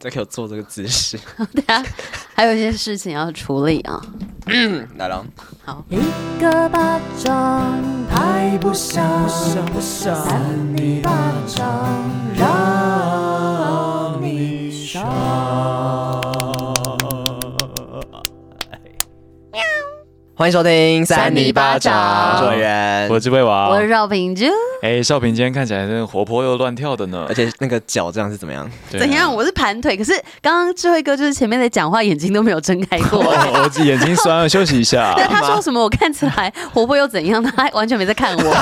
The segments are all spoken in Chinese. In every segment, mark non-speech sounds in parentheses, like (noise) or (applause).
再给我做这个姿势。对啊， (laughs) 还有一些事情要处理啊。 (laughs) 来了，一个巴掌拍不响，扇你巴掌让你伤。欢迎收听三尼巴掌做人，我是魏娃呃我。是赵平君，哎，少平今天看起来真的活泼又乱跳的呢而。且那个脚这样是怎么样？对呃啊怎样？？我是盘腿，可是刚刚智慧哥就是前面的讲话眼睛都没有睁开 (laughs) 过。哦我眼睛酸了，休息 (laughs) 一下。但他说什么？我看起来活泼又怎样？ (laughs) 他完全没在看我。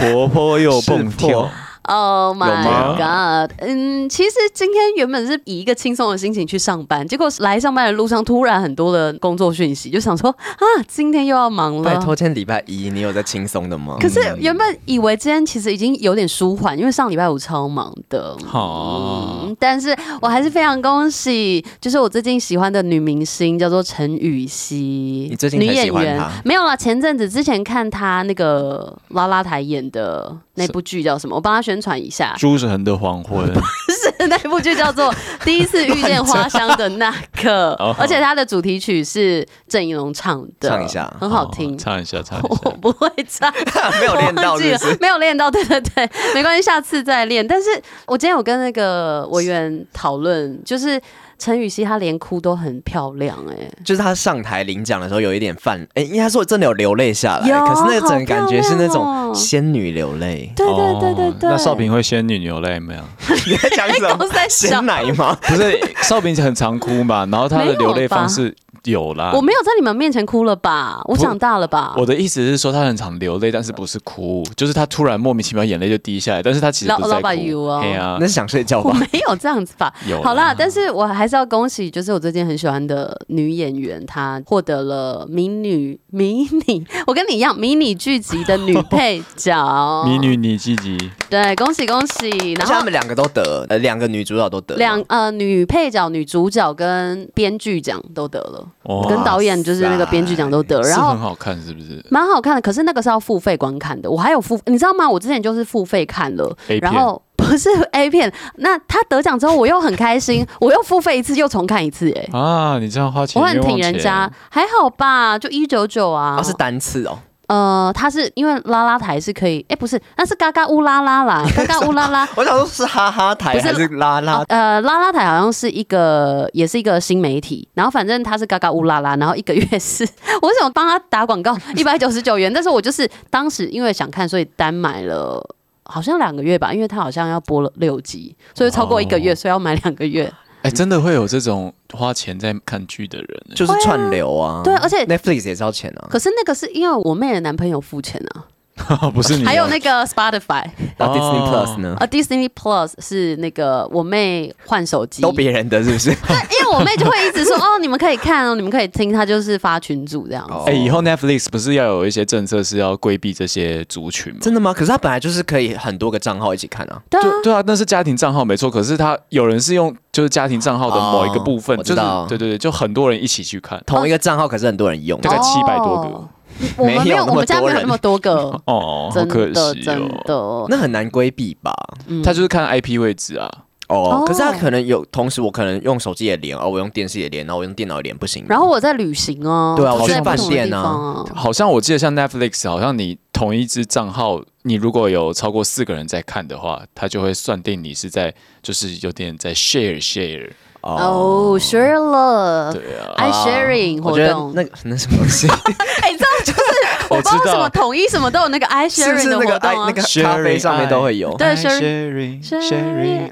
活泼又蹦跳， Oh 有 my god！嗯，其实今天原本是以一个轻松的心情去上班，结果来上班的路上突然很多的工作讯息，就想说啊，今天又要忙了。拜托，今天礼拜一，你有在轻松的吗？可是原本以为今天其实已经有点舒缓，因为上礼拜五超忙的。好，嗯，但是我还是非常恭喜，就是我最近喜欢的女明星叫做陈禹锡，你最近才女演喜欢员她没有啦，前阵子之前看她那个拉拉台演的那部剧叫什么？我帮她宣传 (laughs) 一下，诸神的 (laughs) 黄昏，是那部剧叫做《第一次遇见花香的那刻》 (laughs) 哦，而且它的主题曲是郑怡龙唱的，唱一下哦很好听。哦唱一下，唱一我下。不会唱， (laughs) 没有练到忘记是了 (laughs) 不是？没有练到，对对对，没关系，下次再练。但是我今天有跟那个委员讨论，就是陈雨希她连哭都很漂亮、哎就是他上台领奖的时候有一点泛，哎、应该说真的有流泪下来，有可是那个整个感觉是那好漂亮哦种仙女流泪哎，。 (laughs) 对对对对对，哦那少平会仙女流泪没有？ (laughs) (laughs) 你在讲什 (laughs) 都么？在鲜想，奶吗？不是，少平很常哭嘛，然后他没的有流泪吧方式有啦。我没有在你们面前哭了吧？我不长大了吧？我的意思是说，他很常流泪，但是不是哭，就是他突然莫名其妙眼泪就滴下来，但是他其实老不是在老板哭。有哦哎呀那，是想睡觉我吧？没有这样子吧？有啦，好啦，但是我还是要恭喜，就是我最近很喜欢的女演员，她获得了迷女迷你，我跟你一样，迷你剧集的女配角迷女你积极，对，恭喜恭喜！而然且他后们两个都得，呃，两个女主角都得，两呃女配角、女主角跟编剧奖都得了，哇跟导演就是那个编剧奖都得，是然后很好看，是不是？蛮好看的，可是那个是要付费观看的。我还有付，你知道吗？我之前就是付费看了 A 片，然后不是 (laughs) A 片，那他得奖之后我又很开心，我又付费一次，又重看一次、哎，啊，你这样花钱，我很挺人家，，还好吧，就一九九啊啊，。是单次哦，呃，他是因为拉拉台是可以，哎、不是，那是嘎嘎乌拉拉 (laughs) 啦，嘎嘎乌拉拉。我想说是哈哈台不是还是拉拉哦呃，拉拉台好像是一个，也是一个新媒体，然后反正他是嘎嘎乌拉拉，然后一个月是，我想帮他打广告，一百九十九元，但是我就是当时因为想看，所以单买了。好像两个月吧，因为他好像要播了六集，所以超过一个月，哦所以要买两个月。哎、真的会有这种花钱在看剧的人、欸，就是串流啊，对而且 Netflix 也是要钱啊，可是那个是因为我妹的男朋友付钱啊，就欸 (laughs) 不是嗯你、还有那个 Spotify 那哦 Disney Plus 呢？啊，Disney Plus 是那个我妹换手机，都别人的是不 (laughs) 是？因为我妹就会一直说哦，你们可以看哦，你们可以听，她就是发群组这样子。哦哎、以后 Netflix 不是要有一些政策是要规避这些族群吗？真的吗？可是他本来就是可以很多个账号一起看啊。对啊，对对啊，那是家庭账号没错，可是他有人是用就是家庭账号的某一个部分，哦我知就是道对对对，就很多人一起去看。同一个账号，可是很多人用，啊大概哦700多个，我们没没有有，那么我们家没多有人那么多个 (laughs) 哦，好真可的惜真的。哦。那很难规避吧？嗯他就是看 IP 位置啊，哦哦，可是他可能有，同时我可能用手机也连，哦，我用电视也连，然后我用电脑也连，不行。然后我在旅行哦，对啊我我去在不同饭的店地啊方啊。好像我记得像 Netflix，好像你同一支账号，你如果有超过四个人在看的话，他就会算定你是在就是有点在 share share。哦，share love。对啊， I sharing 活我觉得动，那个那什么东西， (laughs) 哎，你知道 (laughs) 就是我我不知知道为什么道统一什么都有那个 I 是不 sharing 是的那活个哎动啊那个咖啡上面都会有？对 sharing sharing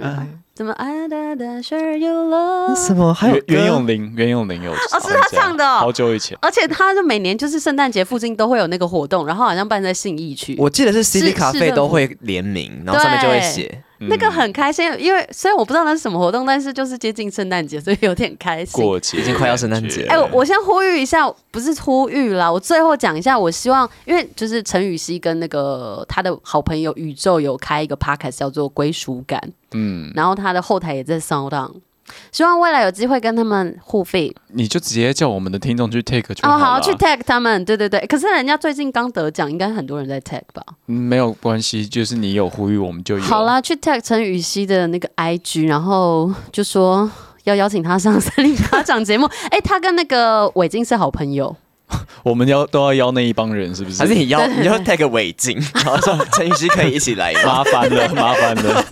怎么 I da da share you love，么？还袁袁用咏琳，袁咏琳有哦是他唱的哦好久以前。而且他就每年就是圣诞节附近都会有那个活动，然后好像办在信义区，我记得是 CD 是咖是啡的都会联名，然后上面就会写。那嗯个很开心，因为虽然我不知道那是什么活动，但是就是接近圣诞节，所以有点开心。过节已经快要圣诞节了哎、我我先呼吁一下，不是呼吁啦，我最后讲一下，我希望，因为就是陈雨希跟那个他的好朋友宇宙有开一个 podcast 叫做《归属感》，嗯，然后他的后台也在 Sound On，希望未来有机会跟他们互费你就直接叫我们的听众去 take 就哦，好啊好了去 tag 他们，对对对。可是人家最近刚得奖，应该很多人在 tag 吧？嗯没有关系，就是你有呼吁我们就有。好，啦，去 tag 陈雨希的那个 IG，然后就说要邀请她上森林巴掌节目。 (laughs) 哎、她跟那个韦静是好朋友，我们要都要邀那一帮人，是不是？还是你要你要带个围 (laughs) 巾，然后说陈雨希可以一起来吗？麻烦了，麻烦了。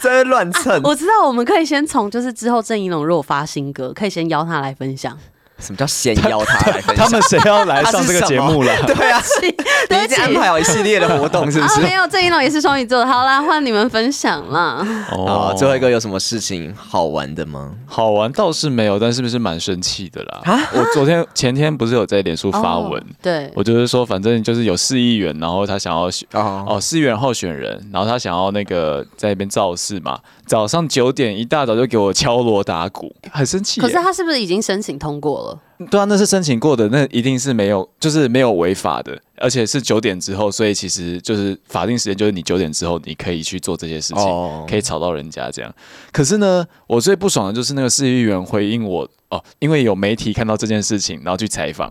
在那乱蹭，我知道我们可以先从就是之后郑怡龙如果发新歌，可以先邀她来 (laughs) 分享。什么叫先邀他来分享他们谁要来上这个节目了？对啊，你对已不经起安排好一系列的活动，是不 (laughs) 啊，是？没有，郑怡龙也是双鱼座的。好啦，换你们分享啦。哦，最后一个有什么事情好玩的吗？好玩倒是没有，但是不是蛮生气的啦？我昨天前天不是有在脸书发文，啊哦对，我就是说，反正就是有市议员，然后他想要选哦，哦，市议员候选人，然后他想要那个在那边造势嘛，早上九点一大早就给我敲锣打鼓，很生气耶。可是他是不是已经申请通过了？对啊，那是申请过的，那一定是没有，就是没有违法的，而且是九点之后，所以其实就是法定时间就是你九点之后你可以去做这些事情，哦可以吵到人家这样。可是呢，我最不爽的就是那个市议员回应我哦，因为有媒体看到这件事情，然后去采访，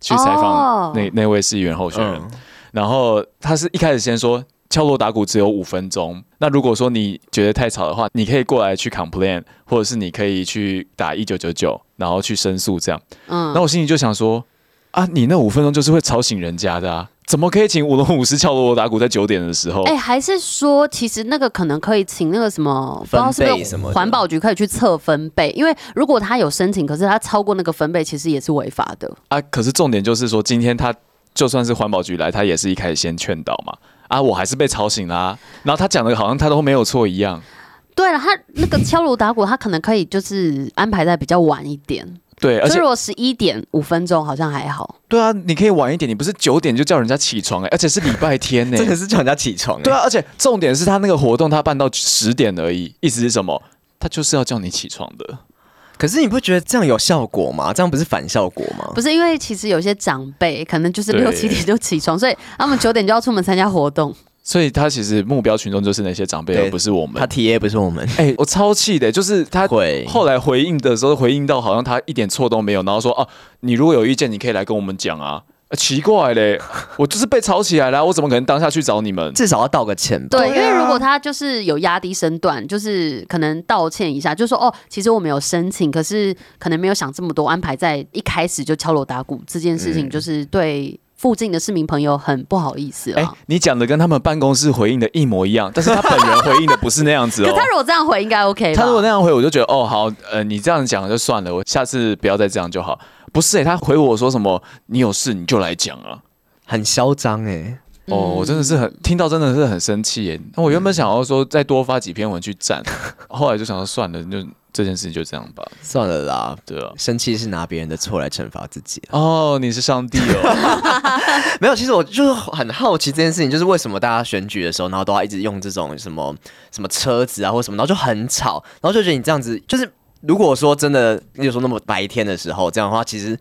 去采哦访那、那位市议员候选人，嗯然后他是一开始先说敲锣打鼓只有五分钟，那如果说你觉得太吵的话，你可以过来去 complain，或者是你可以去打一九九九，然后去申诉这样。嗯那，我心里就想说，啊，你那五分钟就是会吵醒人家的啊，怎么可以请舞龙舞狮敲锣打鼓在九点的时候？哎、还是说，其实那个可能可以请那个什么，不知道是分不贝是什么的环保局可以去测分贝，因为如果他有申请，可是他超过那个分贝，其实也是违法的。啊，可是重点就是说，今天他就算是环保局来，他也是一开始先劝导嘛。啊，我还是被吵醒啦、啊然后他讲的好像他都没有错一样。对了，他那个敲锣打鼓，他可能可以就是安排在比较晚一点，对，所而以且如果十一点五分钟好像还好。对啊，你可以晚一点，你不是九点就叫人家起床哎、而且是礼拜天 (laughs) 呢、真的是叫人家起床欸。对啊，而且重点是他那个活动他办到十点而已，意思是什么？他就是要叫你起床的。可是你不觉得这样有效果吗？这样不是反效果吗？不是因为其实有些长辈可能就是对六七点就起床，所以他们九点就要出门参加活动。所以他其实目标群众就是那些长辈，对而不是我们他。T A 不是我 (laughs) 们，哎、我超气的，就是他会后来回应的时候，回应到好像他一点错都没有，然后说哦、你如果有意见，你可以来跟我们讲啊。啊奇怪嘞， (laughs) 我就是被吵起来了，我怎么可能当下去找你们？至少要道个歉吧。对，因啊为如果他就是有压低身段，就是可能道歉一下，就说哦，其实我们有申请，可是可能没有想这么多，安排在一开始就敲锣打鼓这件事情，就是对附近的市民朋友很不好意思哎、啊。你讲的跟他们办公室回应的一模一样，但是他本人回应的不是那样 (laughs) 子可哦。他如果这样回，应该 OK 吧？他如果那样回，我就觉得哦好，呃，你这样讲就算了，我下次不要再这样就好。不是、欸，他回我说什么？你有事你就来讲啊。很嚣张哎，哦，我真的是很听到，真的是很生气耶。那我原本想要说再多发几篇文去赞，后来就想说算了，就这件事情就这样吧。算了啦。对啊，生气是拿别人的错来惩罚自己啊，哦，你是上帝哦，没有。其实我就是很好奇这件事情，就是为什么大家选举的时候，然后都要一直用这种什么什么车子啊或什么，然后就很吵，然后就觉得你这样子，就是如果说真的，例如说那么白天的时候这样的话，其实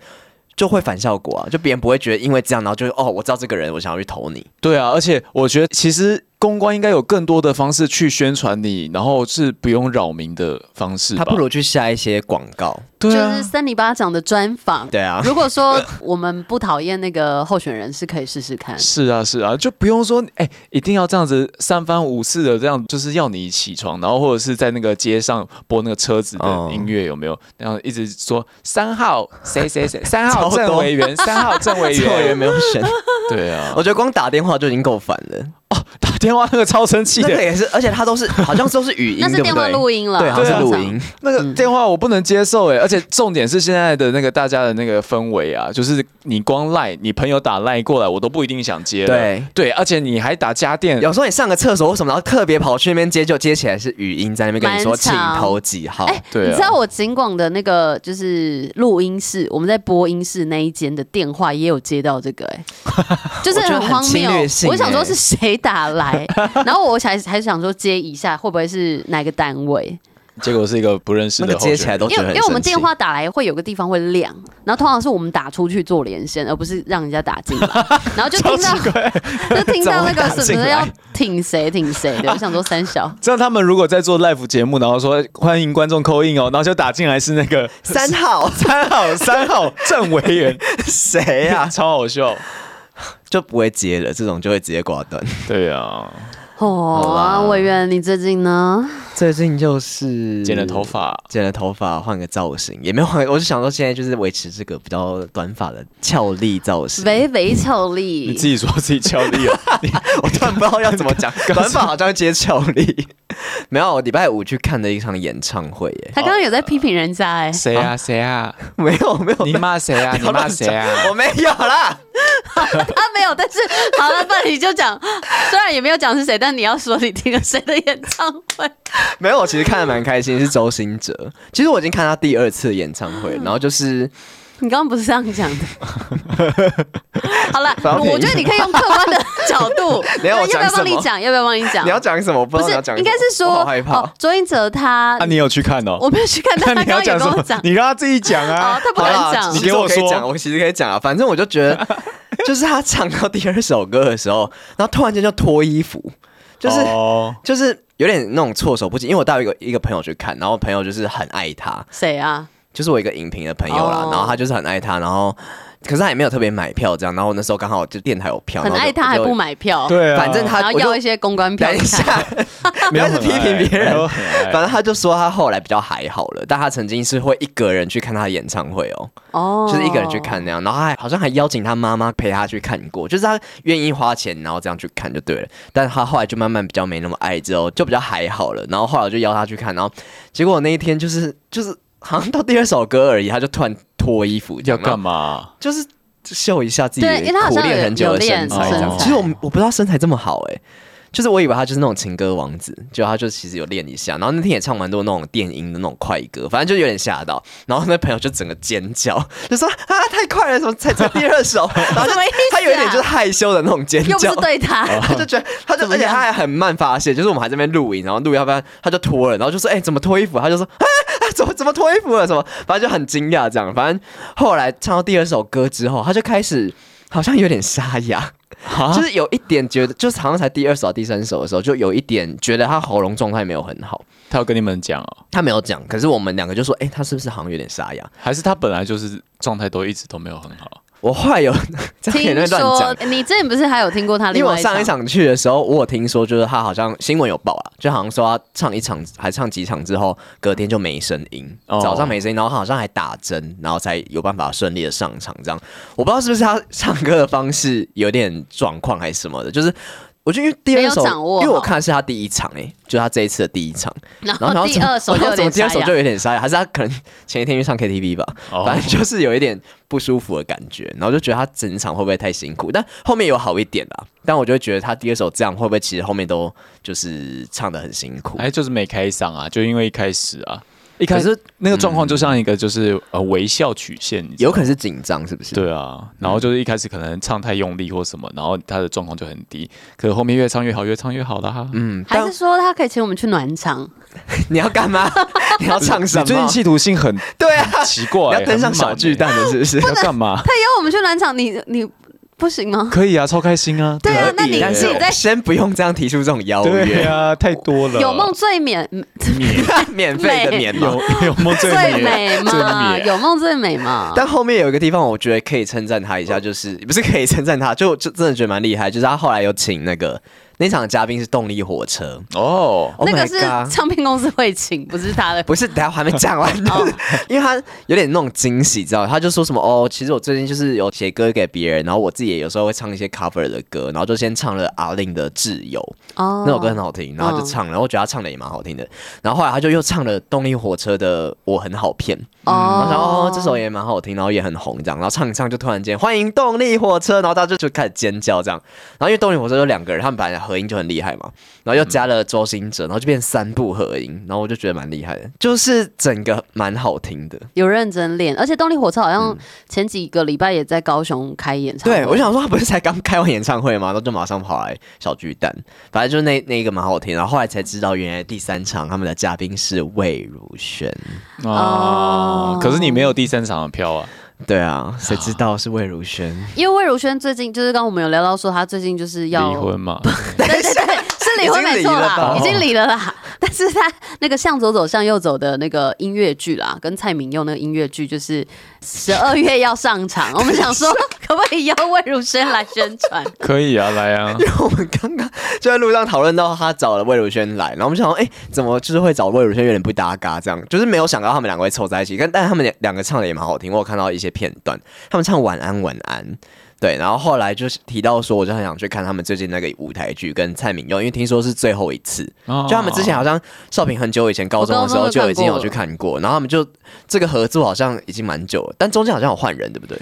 就会反效果啊，就别人不会觉得因为这样，然后就哦，我知道这个人，我想要去投你。 (laughs) 对啊，而且我觉得其实公关应该有更多的方式去宣传你，然后是不用扰民的方式吧。他不如去下一些广告。对就啊是，三里巴掌的专访。对啊，如果说我们不讨厌那个候选人，是可以试试看。是啊，是啊，就不用说，哎、一定要这样子三番五次的这样，就是要你起床，然后或者是在那个街上播那个车子的音乐，有没有？然后一直说三号谁谁 (laughs) 谁，三号超多郑委员，三号郑 (laughs) 委这我也员，没有选，对啊，啊我觉得光打电话就已经够烦了。打电话那个超生气那个的，也是，而且他都是好像都是语音， (laughs) 那是对不电话对录音了，啊对，好啊像是通录常音。那个电话我不能接受嗯哎，而且重点是现在的那个大家的那个氛围啊，就是你光赖你朋友打赖过来，我都不一定想接了对对，而且你还打家电， (laughs) 有时候你上个厕所或什么，然后特别跑去那边接，就接起来是语音在那边跟你说，蛮请长投几号。哎、对啊你知道我景广的那个就是录音室，我们在播音室那一间的电话也有接到这个、 (laughs) 哎，就是我觉得很荒侵谬。略性我想说哎 (laughs) 是谁打来，然后我才还想说接一下，会不会是哪个单位？结果是一个不认识那的个候选接人。起来都觉因得为很因为我们生气电话打来会有个地方会亮，然后通常是我们打出去做连线，而不是让人家打 (laughs) 进来，然后就听到就听到那个什么要挺谁挺谁的，(laughs) 我想说三小，这样他们如果在做 live 节目，然后说欢迎观众扣印哦，然后就打进来是那个 (laughs) 三 (laughs) 号三号 (laughs) 三号郑维 (laughs) 元，谁啊呀、 (laughs) 超好笑。就不会接了，这种就会直接挂断。对啊，好啦哦，委员你最 (laughs) 近呢？最近就是剪了头，发，剪了头发，换个造型，也没有 (laughs) 换，我就想说现在就是维持这个比较短发的俏丽造型。维维俏你丽自，己说自己俏丽哦， (laughs) 我突然不知道要怎么 (laughs) 讲，短发好像接俏丽。 (laughs) 没有，我礼拜五去看的一场演唱会耶，他刚刚有在批评人家 (laughs) 哎、 (laughs) 谁啊谁啊， (laughs) 没有没有，你骂谁啊 (laughs) 不你要骂乱谁啊？讲我没有啦，他啊没有，但是好了，那你就讲，虽然也没有讲是谁，但你要说你听了谁的演唱会，没有，我其实看的蛮开心，是周兴哲。其实我已经看他第二次演唱会，然后就是你刚刚嗯不是这样讲的。(laughs) 好了，反正我觉得你可以用客观 (laughs) 的角度，你要我要不要讲什帮么你讲？要不要帮你讲？你要讲什么？我不知不道是你要讲，什应么，该是我说好害哦怕。周英哲他啊，，你有去看哦？我没有去看，那但他你要刚刚有讲跟什我么讲？，你让他自己讲哦啊，。他不好敢啦讲其，实你给我可以说讲我其实可以讲啊，反正我就觉 (laughs) 得，就是他唱到第二首歌的时候，然后突然间就脱衣服，就是、哦就是有点那种措手不及。因为我带一个一个朋友去看，然后朋友就是很爱他，谁啊？就是我一个影评的朋友啦哦然后他就是很爱他，然后可是他也没有特别买票这样，然后那时候刚好就电台有票，很然后爱就他还不，我买票，对就啊，反正他然后我就要一些公 (laughs) 关票等一看。 (laughs) 下，没有不要一直很批评爱别人没有很爱反正他就说他后来比较还好了，但他曾经是会一个人去看他的演唱会哦，哦就是一个人去看那样，然后他还好像还邀请他妈妈陪他去看过，就是他愿意花钱，然后这样去看就对了。但他后来就慢慢比较没那么爱，之后就比较还好了。然后后来我就邀他去看，然后结果那一天就是就是好像到第二首歌而已，他就突然脱衣服，要干嘛？嘛？就是秀一下自己对因为他好苦像练有很久有的身练材这样。身材其实我我不知道身材这么好哎、就是我以为他就是那种情歌王子，结果他就其实有练一下，然后那天也唱蛮多那种电音的那种快歌，反正就有点吓到。然后那朋友就整个尖叫， (laughs) 就说啊太快了，怎么才才第二首？然后就什么意思啊他有一点就是害羞的那种尖又不叫 (laughs) 是。对他，他就觉得，他就哦怎么而且样他还很慢发现，就是我们还在那边录影，然后录要不然他就脱了，然后就说：“哎、怎么脱衣服？”他就说：“啊，啊怎么怎么脱衣服了？什么？”反正就很惊讶这样。反正后来唱到第二首歌之后，他就开始好像有点沙哑，啊就是有一点觉得，就是好像才第二首、第三首的时候，就有一点觉得他喉咙状态没有很好。他要跟你们讲哦，他没有讲，可是我们两个就说：“哎、他是不是好像有点沙哑还是他本来就是状态都一直都没有很好？”我后来有 (laughs) 这样也听能乱讲说，你之前不是还有听过他因啊另为我外一上场一？场去的时候，我有听说，就是他好像新闻有报啊，就好像说他唱一场还唱几场之后，隔天就没声音，哦早上没声音，然后他好像还打针，然后才有办法顺利的上场。这样，我不知道是不是他唱歌的方式有点状况还是什么的，就是。我就因为第没二有首，掌握因为我好看的是他第一场诶、就他这一次的第一场，然然后然后后哦第二首怎就么有怎么点第二沙首哑就。有点沙哑，还是他可能前一天去唱 KTV 吧，哦反正就是有一点不舒服的感觉，然后就觉得他整场会不会太辛苦？但后面有好一点啦，但我就会觉得他第二首这样会不会其实后面都就是唱的很辛苦？哎，就是没开嗓啊，就因为一开始啊，一开可始那个状况就像一个就是呃微笑曲线，你知道有吗可能是紧张，是不是？对啊，然后就是一开始可能唱太用力或什么，然后他的状况就很低，可是后面越唱越好，越唱越好啦。嗯，嗯，还但是说他可以请我们去暖场？ (laughs) 你要干嘛？ (laughs) 你要唱什你最近么？企图性很对啊，奇怪你 (laughs) 欸，要登上很满小巨欸，蛋的是不是？要干嘛？他哎邀我们去暖场，你你不行吗？可以啊，超开心啊。对啊可以那你但自己是在先不用这样提出这种邀对约，啊，太多了。有梦最美， (laughs) 免费的美免嘛。有有梦最最美啊美最嘛，美有梦最美嘛。但后面有一个地方，我觉得可以称赞他一哦下，就是不是可以称赞他，就就真的觉得蛮厉害，就是他后来有请那个那场的嘉宾是动力火车哦。 ，Oh 那 my 个是 god！唱片公司会请，不是他的。不是，等一下我还没讲完，哦就是 (laughs) 因为他有点那种惊喜，知道吗？他就说什么哦，其实我最近就是有写歌给别人，然后我自己也有时候会唱一些 cover 的歌，然后就先唱了阿令的《挚友》，哦那首歌很好听，然后他就嗯唱了，然后我觉得他唱的也蛮好听的，然后后来他就又唱了动力火车的《我很好骗》，然后想哦哦，这首也蛮好听，然后也很红这样，然后唱一唱就突然间欢迎动力火车，然后大家就就开始尖叫这样，然后因为动力火车有两个人，他们本来合音就很厉害嘛，然后又加了周兴哲，然后就变三部合音，然后我就觉得蛮厉害的，就是整个蛮好听的。有认真练，而且动力火车好像前几个礼拜也在高雄开演唱会。对，我想说他不是才刚开完演唱会嘛，然后就马上跑来小巨蛋，反正就是那那一个蛮好听，然后后来才知道原来第三场他们的嘉宾是魏如萱。哦哦，啊可是你没有第三场的票啊，对啊，谁知道是魏如萱？因为魏如萱最近就是刚刚我们有聊到说，她最近就是离要婚嘛，对对对，是离婚没错啦，已已经经离了啦。 (laughs) 但是她那个向左走向右走的那个音乐剧啦，跟蔡明佑那个音乐剧，就是十二月要上 (laughs) 场。我们想说，可不可以邀魏如萱来宣传？可以啊，来啊因，为我们刚刚就在路上讨论到他找了魏如萱来，然后我们想说，哎、怎么就是会找魏如萱有点不搭嘎这样，就是没有想到他们两个会凑在一起，但但他们两两个唱的也蛮好听，我有看到一些片段，他们唱晚安晚安。对，然后后来就是提到说，我就很想去看他们最近那个舞台剧跟蔡明佑，因为听说是最后一次，哦就他们之前好像少平很久以前高中的时候我高中就已经有就去看过，然后他们就这个合作好像已经蛮久了，但中间好像有换人，对不对？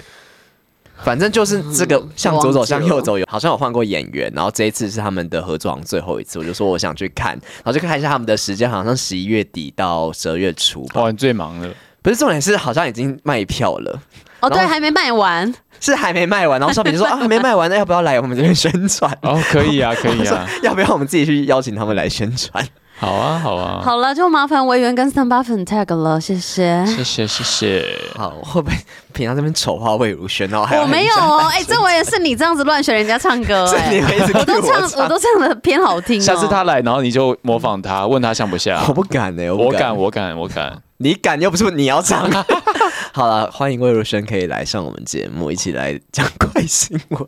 反正就是这个向左走向右走有好像有换过演员，然后这一次是他们的合作好像最后一次，我就说我想去看，然后就看一下他们的时间，好像十一月底到十二月初吧。哇，你最忙了，不是重点是好像已经卖票了，哦，对，然后还没卖完，是还没卖完，然后少平就说啊还没卖完，那要不要来我们这边宣传？哦，可以啊，可以 (laughs) 啊，说要不要我们自己去邀请他们来宣传？好啊，好啊，好了，就麻烦维园跟三八粉 tag 了，谢谢。谢谢，谢谢。 (laughs) 好，会不会平常这边丑化魏如萱，然后还我没人有家哦，哎、这我也是你这样子乱学人家唱歌、是你哎，们一直我都 cue 唱，我都唱的偏好听、哦。下次他来，然后你就模仿他，问他像不像我。不敢呢、欸我 (laughs) 我不敢，敢，我敢，我敢。你敢又不是你要唱。 (laughs) 好了，欢迎魏如萱可以来上我们节目，一起来讲怪新闻。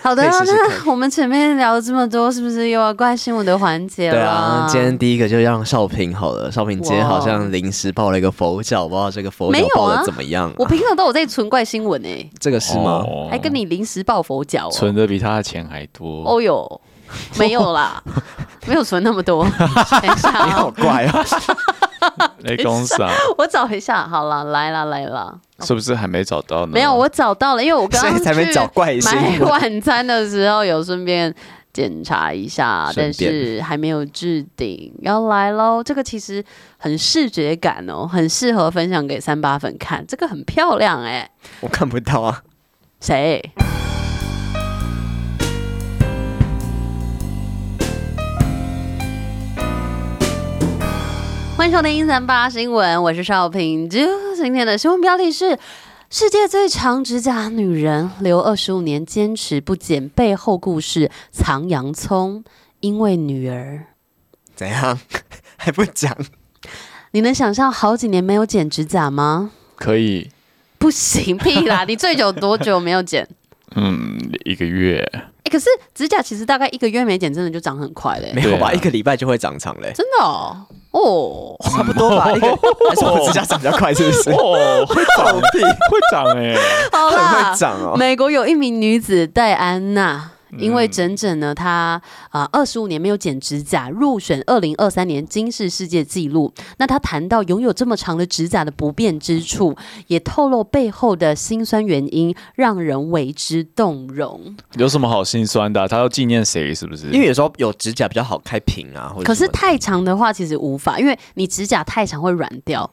好的，可以试试看那我们前面聊了这么多，是不是又要关心我的环节了？对啊，今天第一个就让少平好了。少平今天好像临时报了一个佛脚，不知道这个佛脚哦没有报啊的怎么样、我平常都有在存怪新闻诶、这个是吗？哦还跟你临时抱佛脚、哦。存的比他的钱还多。哦哟，没有 (laughs) 啦，没有存那么多。等一下你啊、好怪啊！雷哎公赏我找一下。好啦，来啦来啦，是不是还没找到呢？没有，我找到了，因为我嗯刚所刚以才没去找怪新闻买晚餐的时候有顺便。检查一下，顺但便是还没有置顶，要来喽。这个其实很视觉感哦，很适合分享给三八粉看，这个很漂亮哎、我看不到啊。谁？欢迎收听一三八新闻，我是邵平。就今天的新闻标题是：世界最长指甲女人留二十五年坚持不剪背后故事，藏洋葱，因为女儿。怎样？ (laughs) 还不讲？你能想象好几年没有剪指甲吗？可以，不行，屁啦！你最久多久没有剪？嗯，一个月欸，可是指甲其实大概一个月没剪，真的就长很快嘞、没有吧？对啊一个礼拜就会长长嘞、真的哦， (laughs) 哦，差不多吧。一个还是我指甲长比较快，是不 (laughs) 是？哦，会长，会长哎，好很啦会。长哦。嗯美国有一名女子戴安娜。因为整整呢，她啊二十五年没有剪指甲，入选二零二三年金氏世界纪录。那她谈到拥有这么长的指甲的不便之处，也透露背后的辛酸原因，让人为之动容。 (laughs) 有什么好心酸的啊？他要纪念谁？是不是？因为有时候有指甲比较好开屏啊，或者可是什么的太长的话，其实无法，因为你指甲太长会软掉，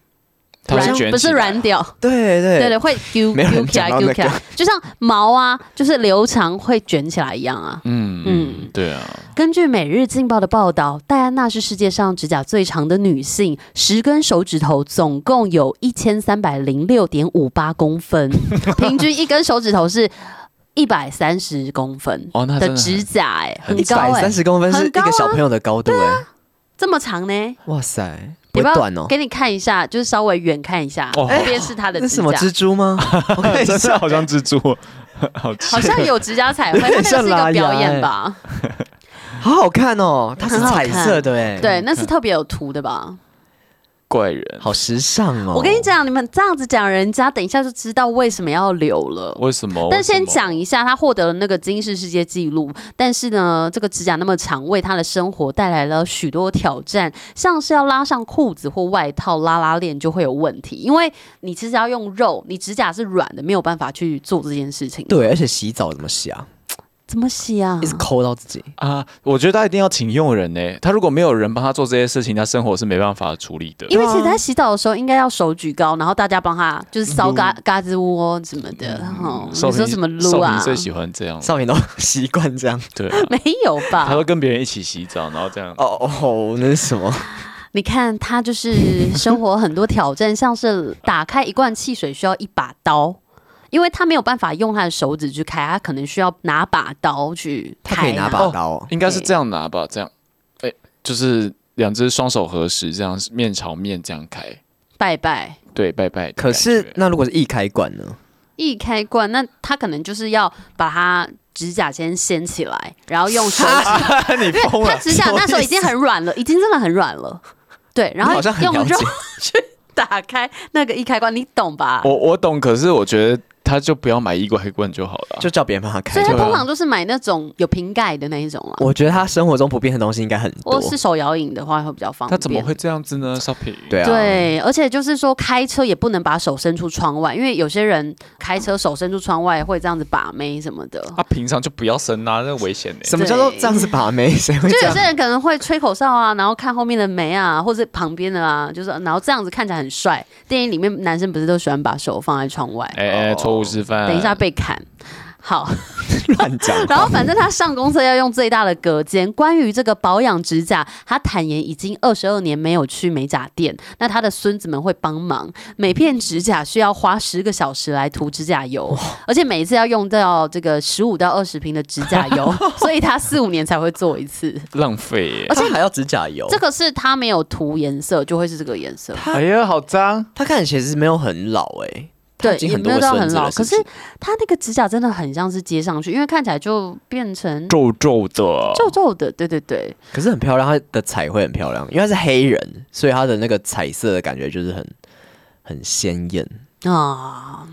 他软卷不起是来软掉，对对对对，会揪没有人揪起来讲到揪那起来个，就像毛啊，就是留长会卷起来一样啊。嗯嗯，对啊， (laughs) 根据《每日镜报》的报道，戴安娜是世界上指甲最长的女性，十根手指头总共有一千三百零六点五八公 (laughs) 分，平均一根手指头是一百三十公分哦那真的的很指甲、哎，很一高百哎、三十公分是一很高啊个小朋友的高度哎、这么长呢？哇塞，不要会不短哦要。给你看一下？就是稍微远看一下，哦这边是她 (laughs) 的那指什么甲，蜘蛛 (laughs) 吗？我看一真下的好像蜘蛛，好好吃。像有指甲 (laughs) 彩绘，它那个是一欸个表演吧？好好看哦，它是很好彩看色的哎、对，，那是特别有图的吧？ (laughs) 怪人，好时尚哦。我跟你，讲，你们这样子讲人家，等一下就知道为什么要留了。为什么？但为什先么讲一下，他获得了那个金氏世界纪录，但是呢，这个指甲那么长，为他的生活带来了许多挑战，像是要拉上裤子或外套，拉拉链就会有问题，因为你其实要用肉，你指甲是软的，没有办法去做这件事情。对，而且洗澡怎么洗啊？怎么洗啊一？直抠到自己。啊，我觉得他一定要请佣人呢、他如果没有人帮他做这些事情，他生活是没办法处理的。因为其实他洗澡的时候应该要手举高，然后大家帮他就是烧嘎嘎吱窝什么的。哦，你嗯少说嗯平什么撸少啊平？最喜欢这样，少年都 (laughs) 习惯这样。(laughs) 对啊、没有吧他？会跟别人一起洗澡，然后这样。哦哦，那是什么？你看他就是生活很多挑战，像是打开一罐汽水需要一把刀，因为他没有办法用他的手指去开，他可能需要拿把刀去开。他可以拿把刀哦。应该是这样拿吧，这样，哎、就是两只双手合十，这样面朝面这样开，拜拜。对，拜拜的感觉。可是那如果是易开罐呢？一开罐，那他可能就是要把他指甲先掀起来，然后用手指， (laughs) 你 (laughs) 因疯为他了，指甲那时候已经很软了，已经真的很软了。对，然后你好像很用了肉解打开那个一开关，你懂吧？哦我我懂，可是我觉得他就不要买衣柜棍就好了啊。就叫别人帮他所开以就好。他对啊通常都是买那种有瓶盖的那一种啊。我觉得他生活中不变的东西应该很或多。是手摇饮的话会比较方便。他怎么会这样子呢？少平，对啊，对，而且就是说开车也不能把手伸出窗外，因为有些人开车手伸出窗外会这样子把妹什么的。啊他平常就不要生啊，那危险呢、什么叫做这样子把妹？ (laughs) 谁会这就有样些？人可能会吹口哨啊，然后看后面的眉啊，或者旁边的啊，就是然后这样子看起来很帅。电影里面男生不是都喜欢把手放在窗外，哎、哎、错误示嗯范。等一下，被砍。好，乱 (laughs) 讲话。然后反正他上公厕要用最大的隔间。关于这个保养指甲，他坦言已经二十二年没有去美甲店，那他的孙子们会帮忙。每片指甲需要花十个小时来涂指甲油，而且每一次要用到这个十五到二十瓶的指甲油，所以他四五年才会做一 (laughs) 次。浪费耶、而且还要指甲油这。个是他没有涂颜色，就会是这个颜色。哎呀，好脏！他看起来其实没有很老哎，他对已，经也很多没有个到孙很子老，了。可不是他那个指甲真的很像是接上去，因为看起来就变成皱皱的，皱皱的。对对对，可是很漂亮，他的彩绘很漂亮，因为他是黑人，所以他的那个彩色的感觉就是很很鲜艳。啊，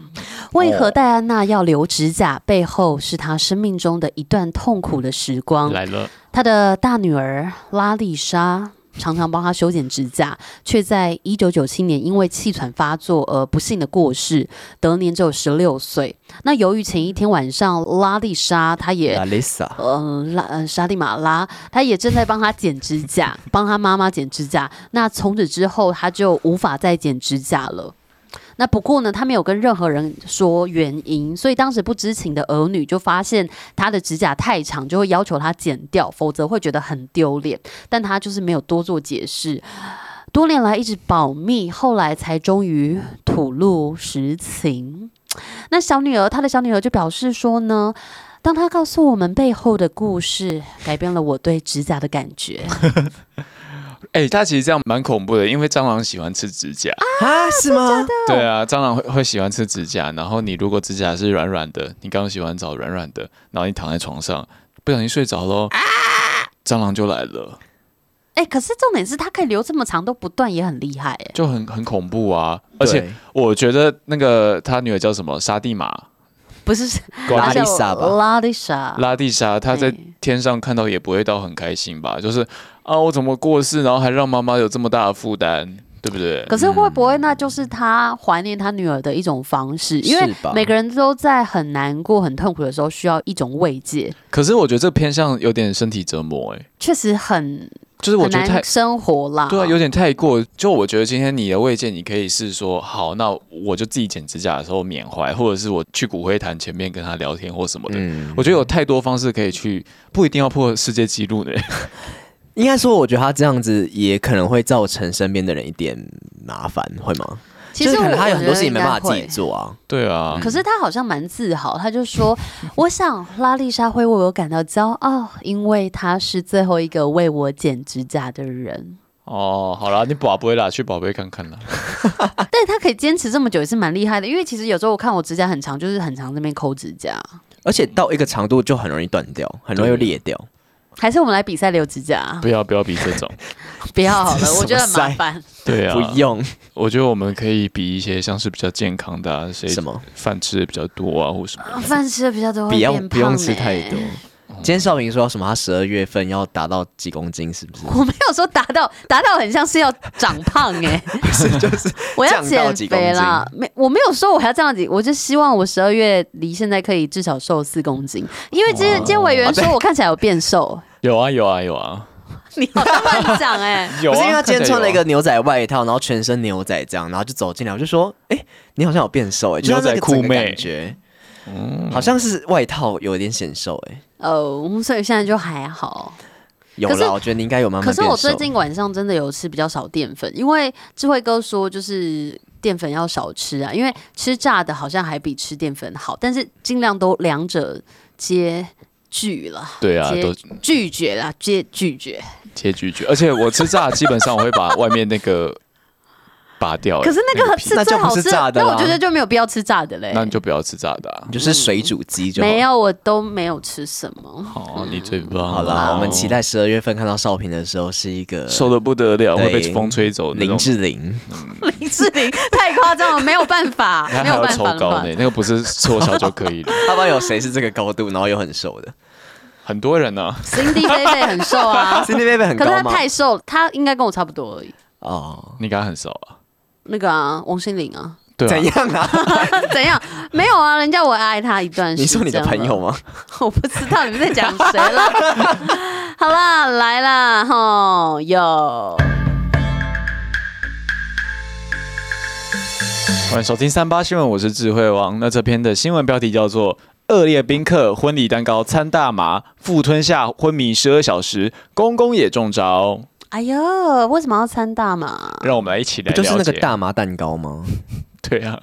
为何戴安娜要留指甲？背后是她生命中的一段痛苦的时光。来了，她的大女儿拉丽莎常常帮她修剪指甲，却在一九九七年因为气喘发作而不幸的过世，得年只有十六岁。那由于前一天晚上拉丽莎她也拉丽莎，嗯，拉呃沙利马拉，他也正在帮他剪指甲，帮他妈妈剪指甲。那从此之后，他就无法再剪指甲了。那不过呢，他没有跟任何人说原因，所以当时不知情的儿女就发现他的指甲太长，就会要求他剪掉，否则会觉得很丢脸。但他就是没有多做解释，多年来一直保密，后来才终于吐露实情。那小女儿，她的小女儿就表示说呢，当他告诉我们背后的故事，改变了我对指甲的感觉。哎、他其实这样蛮恐怖的，因为蟑螂喜欢吃指甲。啊，是吗？对啊，蟑螂会会喜欢吃指甲，然后你如果指甲是软软的，你刚洗完澡软软的，然后你躺在床上不小心睡着喽，蟑螂就来了，哎、可是重点是他可以留这么长都不断，也很厉害哎、就很很恐怖啊！而且对我觉得那个他女儿叫什么沙地玛不是拉丽莎吧拉丽莎，拉蒂莎，她在对天上看到也不会到很开心吧？就是啊，我怎么过世，然后还让妈妈有这么大的负担，对不对？可是嗯会不会那就是他怀念他女儿的一种方式？因为是吧每个人都在很难过、很痛苦的时候需要一种慰藉，可是我觉得这偏向有点身体折磨、欸，确实很就是我很觉得太难生活啦。对啊，有点太过。就我觉得今天你的慰藉，你可以是说，好，那我就自己剪指甲的时候缅怀，或者是我去骨灰坛前面跟他聊天或什么的。嗯，我觉得有太多方式可以去，不一定要破世界纪录呢。应该说，我觉得他这样子也可能会造成身边的人一点麻烦，会吗？其实就是我可能他有很多我觉得事情没应该办法自己会做啊。 (laughs) 对啊，可是他好像蛮自豪，他 (laughs) 就说：“我想拉丽莎会为我感到骄傲，因为她是最后一个为我剪指甲的人。哦，好啦，你宝贝啦，去宝贝看看啦。啊但他可以坚持这么久也是蛮厉害的，因为其实有时候我看我指甲很长，就是很长这边抠指甲。而且到一个长度就很容易断掉，很容易对裂掉。还是我们来比赛留指甲， (laughs) 不要不要比这种，不要好这了，是我觉得很什么麻赛烦。 (laughs) 对啊，不。用我觉得我们可以比一些像是比较健康的、啊，谁什么饭吃的比较多啊，或什么。哦饭吃的比较多，不会用变不用胖欸吃呢太多。今天少平说什么？他十二月份要达到几公斤？是不是？我没有说达到，达到很像是要长胖哎、是就是 (laughs) 我要降到减几公肥斤。啦，没，我没有说我要这样子，我就希望我十二月离现在可以至少瘦四公斤，因为今天今天委员说我看起来有 (laughs) 变瘦，有啊有啊有啊你好像乱讲哎，有啊！不是因为他今天看起来穿了一有个啊牛仔外套，然后全身牛仔这样，然后就走进来，我就说：“哎、你好像有变瘦哎、欸，就牛是那仔个裤整个妹嗯感觉，好像是外套有点显瘦哎、 (laughs) 哦，所以现在就还好。有可是啦，我觉得你应该有慢慢可变是瘦。我最近晚上真的有吃比较少淀粉，因为智慧哥说就是淀粉要少吃啊，因为吃炸的好像还比吃淀粉好，但是尽量都两者皆拒了，对啊，皆都拒绝啦，皆拒绝。切拒绝，而且我吃炸基本上我会把外面那个拔掉、欸可是那个欸皮是那最就好不吃是炸的那我啦觉得就没有必要吃炸的嘞。那你就不要吃炸的、啊你。就是水煮鸡就好没。有，我都没有吃什么。 (laughs) 哦，你最棒。好啦，我们期待十二月份看到少平的时候是一个瘦的不哦得了，对会被风吹走那林种。嗯志玲，林志玲太夸张了，没有办 (laughs) 法，他没还有要办抽法高呢，了。那个不是缩小就可以了。他们有谁是这个高度，然后又很瘦 (laughs) 的？很多人呢、啊， Cindy 菲菲很瘦 (laughs) 啊， c i n d 很可是高她吗？太瘦，她应该跟我差不多而已。哦，你刚刚很少啊。那个啊，王心凌啊， (laughs) 对怎啊，样啊？怎样？没有啊，人家我爱她一段 (laughs) 时你间说了。你的朋友吗？ (laughs) 我不知道你们在讲谁了。 (laughs) 好啦，来啦，吼，有欢迎收听三八新闻，我是智慧王。那这篇的新闻标题叫做《恶劣宾客婚礼蛋糕掺大麻，腹吞下昏迷十二小时，公公也中招》。哎呦，为什么要参大嘛？让我们来一起来不了解。就是那个大麻蛋糕吗？对啊，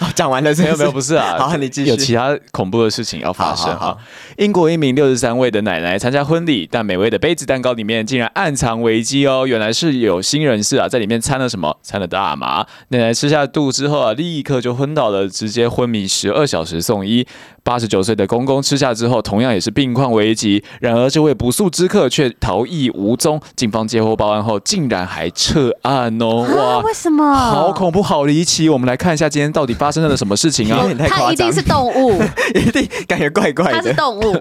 啊讲完了是不没有是，没有，不是啊。 (laughs) 好你继续有其他恐怖的事情要发生好好好啊！英国一名六十三位的奶奶参加婚礼，但美味的杯子蛋糕里面竟然暗藏危机哦！原来是有新人士啊，在里面掺了什么？掺了大麻。奶奶吃下肚之后啊，立刻就昏倒了，直接昏迷十二小时送医。八十九岁的公公吃下之后，同样也是病况危急。然而这位不速之客却逃逸无踪，警方接获报案后，竟然还撤案哦！啊，哇！为什么？好恐怖，好离奇！我们来看一下今天到底发生了什么事情啊有？点太它夸一定张是，动 (laughs) 物，一定感觉怪怪它是的。动物。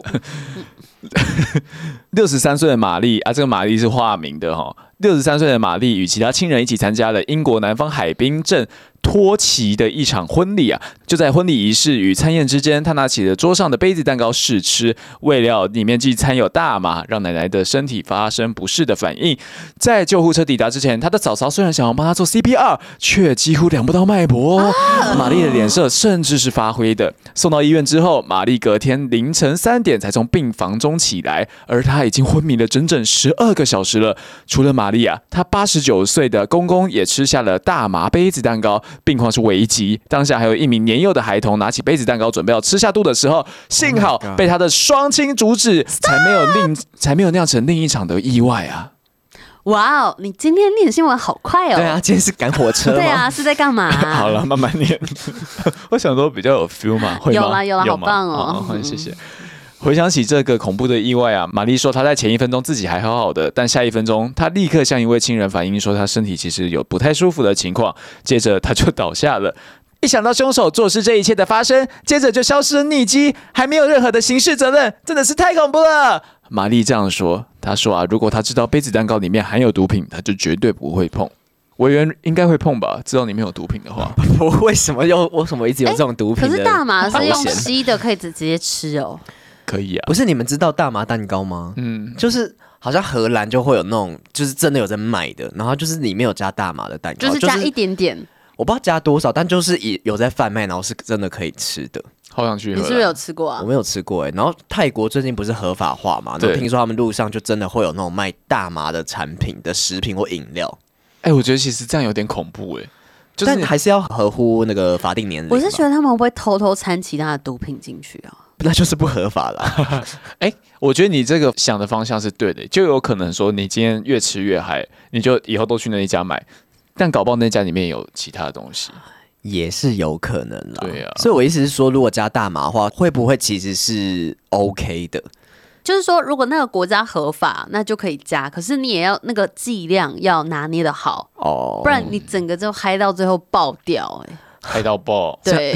六十三岁的玛丽啊，这个玛丽是化名的哈、六十三岁的玛丽与其他亲人一起参加了英国南方海滨镇托奇的一场婚礼啊。就在婚礼仪式与餐宴之间，她拿起了桌上的杯子蛋糕试吃，未料里面既掺有大麻，让奶奶的身体发生不适的反应。在救护车抵达之前，她的嫂嫂虽然想要帮她做 CPR，却几乎量不到脉搏哦、玛丽的脸色甚至是发灰的。送到医院之后，玛丽隔天凌晨三点才从病房中起来，而她已经昏迷了整整十二个小时了。除了玛丽啊，她八十九岁的公公也吃下了大麻杯子蛋糕，病况是危急。当下还有一名年幼的孩童拿起杯子蛋糕准备要吃下肚的时候，幸好 Oh my God 被他的双亲阻止，才没有另才没有酿成另一场的意外啊。哇哦，你今天念新闻好快哦！对啊，今天是赶火车吗？对 (laughs) 啊，是在干嘛、好了，慢慢念。我想说比较有 feel (laughs) 嘛，会吗？有啦有啦吗好棒哦好谢谢。回想起这个恐怖的意外啊，玛丽说她在前一分钟自己还好好的，但下一分钟她立刻向一位亲人反映说她身体其实有不太舒服的情况，接着她就倒下了。 (laughs) 一想到凶手做事这一切的发生，接着就销声匿迹，还没有任何的刑事责任，真的是太恐怖了。玛丽这样说，她说啊，如果她知道杯子蛋糕里面含有毒品，她就绝对不会碰。委员应该会碰吧？知道里面有毒品的话，我为什么又为什么一直有这种毒品可的？是大麻是用危险吸的，可以直直接吃哦。可以啊不。是你们知道大麻蛋糕吗？嗯，就是好像荷兰就会有那种，就是真的有在卖的，然后就是里面有加大麻的蛋糕，就是加一点点。我不知道加多少，但就是以有在贩卖，然后是真的可以吃的。好想去你荷是兰。不是有吃过啊我？没有吃过哎、然后泰国最近不是合法化嘛，然后对听说他们路上就真的会有那种卖大麻的产品的食品或饮料，哎、我觉得其实这样有点恐怖哎、就是但还是要合乎那个法定年龄吧。我是觉得他们会不会偷偷掺其他的毒品进去啊？ (laughs) 那就是不合法啦。 (laughs) 哎、我觉得你这个想的方向是对的，就有可能说你今天越吃越嗨，你就以后都去那一家买，但搞不好那家里面有其他的东西。也是有可能啦，对啊所以我意思是说，如果加大麻的话，会不会其实是 OK 的？就是说，如果那个国家合法，那就可以加，可是你也要那个剂量要拿捏的好，哦不然你整个就嗨到最后爆掉、欸。哎， (laughs) 嗨到爆！对，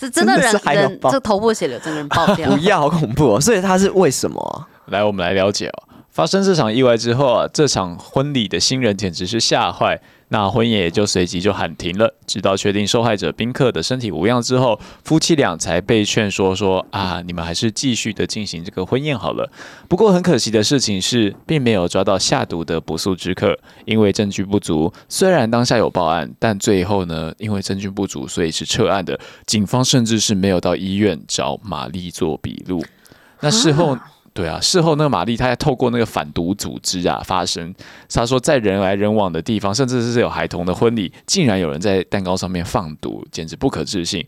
这真的真的人是海洋人爆这头破血流，整个人爆 (laughs) 掉不。要，好恐怖哦！所以他是为什么 (laughs) 啊？来，我们来了解哦。发生这场意外之后啊，这场婚礼的新人简直是吓坏，那婚宴也就随即就喊停了。直到确定受害者宾客的身体无恙之后，夫妻俩才被劝说说啊，你们还是继续的进行这个婚宴好了。不过很可惜的事情是，并没有抓到下毒的不速之客，因为证据不足。虽然当下有报案，但最后呢，因为证据不足，所以是撤案的。警方甚至是没有到医院找玛丽做笔录。那事后对啊，事后那个玛丽她还透过那个反毒组织啊发声，她说在人来人往的地方，甚至是有孩童的婚礼，竟然有人在蛋糕上面放毒，简直不可置信。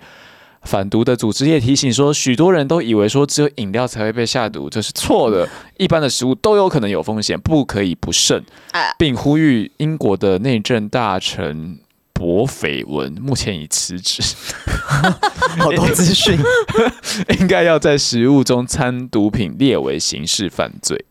反毒的组织也提醒说，许多人都以为说只有饮料才会被下毒，这是错的。一般的食物都有可能有风险，不可以不慎啊，并呼吁英国的内政大臣博绯闻目前已辞职。 (laughs) 好多资讯， (laughs) 应该要在食物中掺毒品列为刑事犯罪。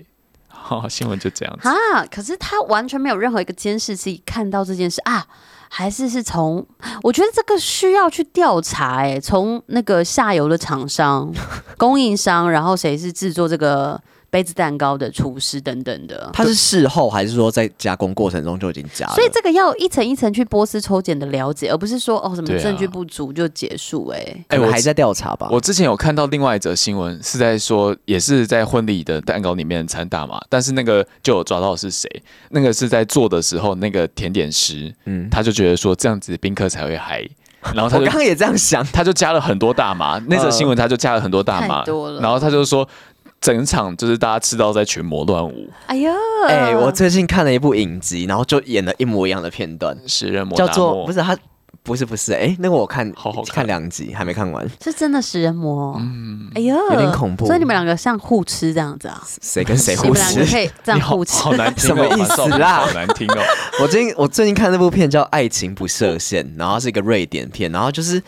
好、新闻就这样子。啊！可是他完全没有任何一个监视器看到这件事啊，还是是从我觉得这个需要去调查哎、从那个下游的厂商、供应商，然后谁是制作这个杯子蛋糕的厨师等等的。啊他是事后还是说在加工过程中就已经加了？所以这个要一层一层去波斯抽检的了解，而不是说哦什么对啊证据不足就结束哎、欸。哎，哎我我还在调查吧。我之前有看到另外一则新闻，是在说也是在婚礼的蛋糕里面掺大麻，但是那个就有抓到是谁，那个是在做的时候，那个甜点师，嗯，他就觉得说这样子宾客才会嗨，然后他我就刚刚也这样想，他就加了很多大麻，那则新闻他就加了很多大麻，呃太多了然后他就说整场就是大家吃到在群魔乱舞，哎呀， (laughs) 哎、我最近看了一部影集，然后就演了一模一样的片段，食人魔叫大做漠不是他，不是不是，哎、那个我看好好看看两集还没看完，是真的食人魔，嗯，哎呀，有点恐怖所以你们两个像互吃这样子啊？谁跟 (laughs) 谁你互们两个可吃？以这样你好互吃，好难听、什哦，么意思啦好难 (laughs) 听哦。我最近我最近看那部片叫《爱情不设限》，然后它是一个瑞典片，然后就是。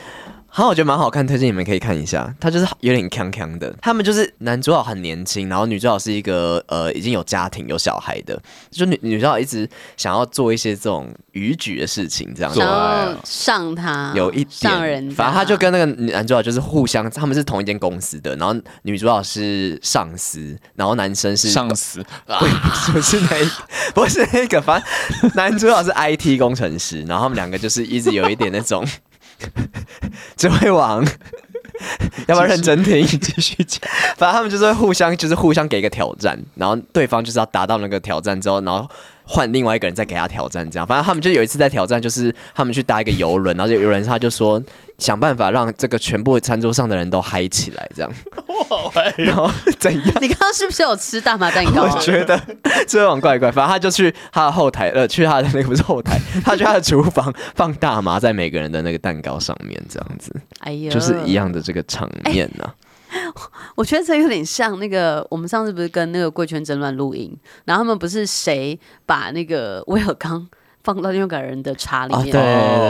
好，我觉得蛮好看，推荐你们可以看一下。它就是有点锵锵的，他们就是男主角很年轻，然后女主角是一个呃已经有家庭有小孩的，就女女主角一直想要做一些这种逾矩的事情，这样子做然爱啊后上他，有一点，上人家，反正他就跟那个男主角就是互相，他们是同一间公司的，然后女主角是上司，然后男生是上司，啊不 (laughs) 不是那一不是那个，反正男主角是 IT 工程师，然后他们两个就是一直有一点那种 (laughs) 只会 (laughs) 往。要不要认真听？继续讲。反正他们就是会互相，就是互相给一个挑战，然后对方就是要达到那个挑战之后，然后换另外一个人再给他挑战，这样。反正他们就有一次在挑战，就是他们去搭一个游轮，然后这个游轮他就说想办法让这个全部餐桌上的人都嗨起来， (laughs) 这样。然后怎样？ (laughs) 你刚刚是不是有吃大麻蛋糕啊 (laughs) 我？觉得这种怪怪，反正他就去他的后台，呃，去他的那个不是后台， (laughs) 他去他的厨 (laughs) 房放大麻在每个人的那个蛋糕上面，这样子哎呀，就是一。样的这个场面啊呢、哎我觉得这有点像那个，我们上次不是跟那个贵圈争乱录音，然后他们不是谁把那个威尔刚放到另外一个人的茶里啊。面？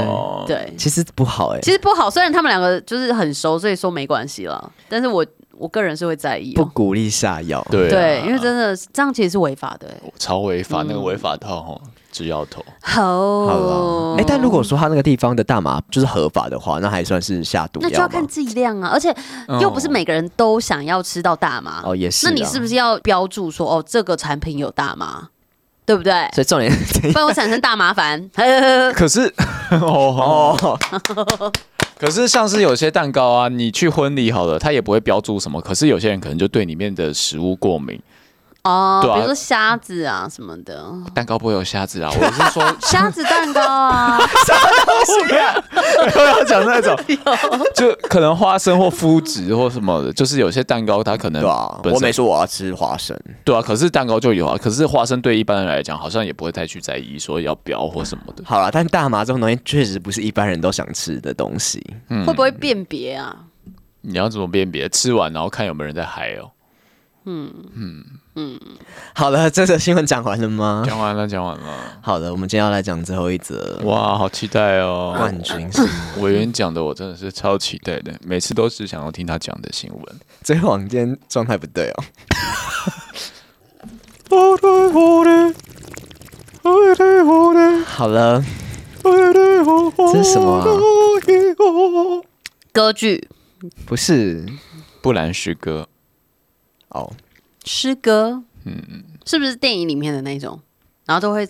哦对，对其实不好哎、其实不好，虽然他们两个就是很熟，所以说没关系了，但是我我个人是会在意、不哦。鼓励下药。对啊对，因为真的这样其实是违法的、欸。超违法，那个违法到吼直摇头。好，好哦了，哎、但如果说他那个地方的大麻就是合法的话，那还算是下毒那就药要吗看？剂量啊，而且又不是每个人都想要吃到大麻。哦，也是啊。那你是不是要标注说哦，这个产品有大麻，对 (laughs) 不 (laughs) 对？所以重点是不然我产生大麻烦。 (laughs) 嗯可是 (laughs) 哦哦， (laughs) 可是像是有些蛋糕啊，你去婚礼好了，他也不会标注什么。可是有些人可能就对里面的食物过敏，哦，对啊比如说虾子啊什么的，蛋糕不会有虾子啊。我是说虾子蛋糕啊， (laughs) 都要讲那种，就可能花生或麸质或什么的，就是有些蛋糕它可能对啊， (laughs) 本我身没说我要吃花生，对啊，可是蛋糕就有啊。可是花生对一般人来讲，好像也不会太去在意说要标或什么的。好了，但大麻这种东西确实不是一般人都想吃的东西。会不会辨别啊？你要怎么辨别？吃完然后看有没有人在嗨哦。好了，这则新闻讲完了吗？讲完了，讲完了，好了，我们今天要来讲最后一则哇，好期待哦！冠军 (laughs) 新闻。委员讲的我真的是超期待的，每次都是想要听他讲的新闻。最后网今天状态不对哦。 (laughs) 好了，这是什么啊歌剧、不是布兰诗歌哦，诗歌，嗯，是不是电影里面的那种？然后都会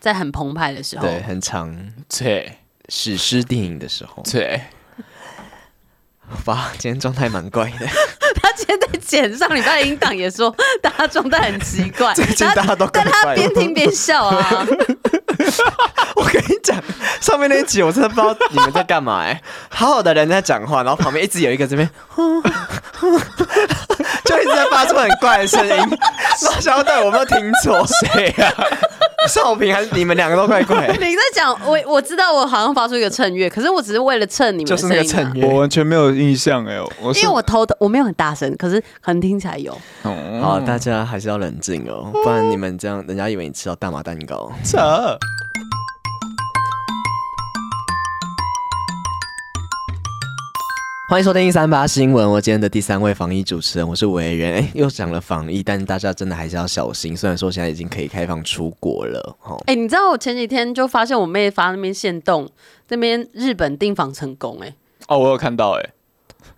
在很澎湃的时候，对，很长对史诗电影的时候，对，好吧，今天状态蛮怪 (laughs) 的， (laughs) 他今天在剪上礼拜的音档也说，大家状态很奇怪， (laughs) 最近他大家都怪但他怪的边听边笑 (laughs) 啊， (laughs) 我跟你讲，上面那一集我真的不知道你们在干嘛哎、好好的人在讲话，然后旁边一直有一个这边， (laughs) 就一直在发出很怪的声音。 (laughs) 然后想要对我有没有听错？谁啊呀、少平还是你们两个都怪 (laughs) 怪的，你在讲我，我知道我好像发出一个衬乐，可是我只是为了衬你们就的是声那个音、啊，衬我乐。完全没有印象欸哎，我因是为我偷偷我没有很大声，可是可能听起来有。哦好，大家还是要冷静哦，不然你们这样，人家以为你吃到大麻蛋糕。扯。欢迎收听一三八新闻，我今天的第三位防疫主持人，我是维人。哎，又讲了防疫，但大家真的还是要小心。虽然说现在已经可以开放出国了，哦，哎、你知道我前几天就发现我妹发那边限动，那边日本订房成功、哎，哦，我有看到哎、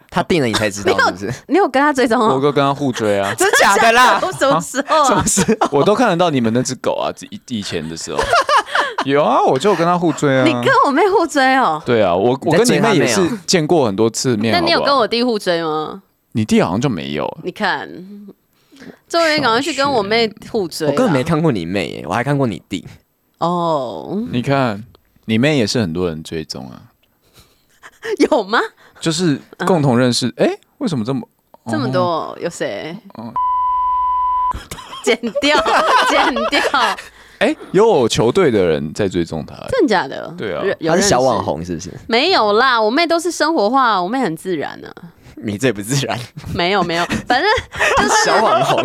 他定了你才知道是不是？，你有跟她追踪我哦？哥跟他互追 (laughs) 啊 (laughs) 真假的啦？我什么时候 (laughs) 啊？我都看得到你们那只狗啊， (laughs) 以以前的时候有啊，我就有跟他互追你啊跟。我妹互追哦、对啊，我你我在跟追你他妹也妹哦是见过很多次面，啊那你有好不跟好？我弟互追吗？你弟好像就没有，你看，周元赶快去跟我妹互追我啊啦。根本没看过你妹耶，我还看过你弟。哦，你看你妹也是很多人追踪啊，有吗？就是共同认识。嗯哎、为什么这么这么？哦多有谁？ (laughs) 剪掉， (laughs) 剪掉，哎、有我球队的人在追踪他、真的假的？对啊有有他认是识小网，红是不是？没有啦，我妹都是生活化，我妹很自然啊， (laughs) 你最不自然， (laughs) 没有没有，反正小网 (laughs) 红，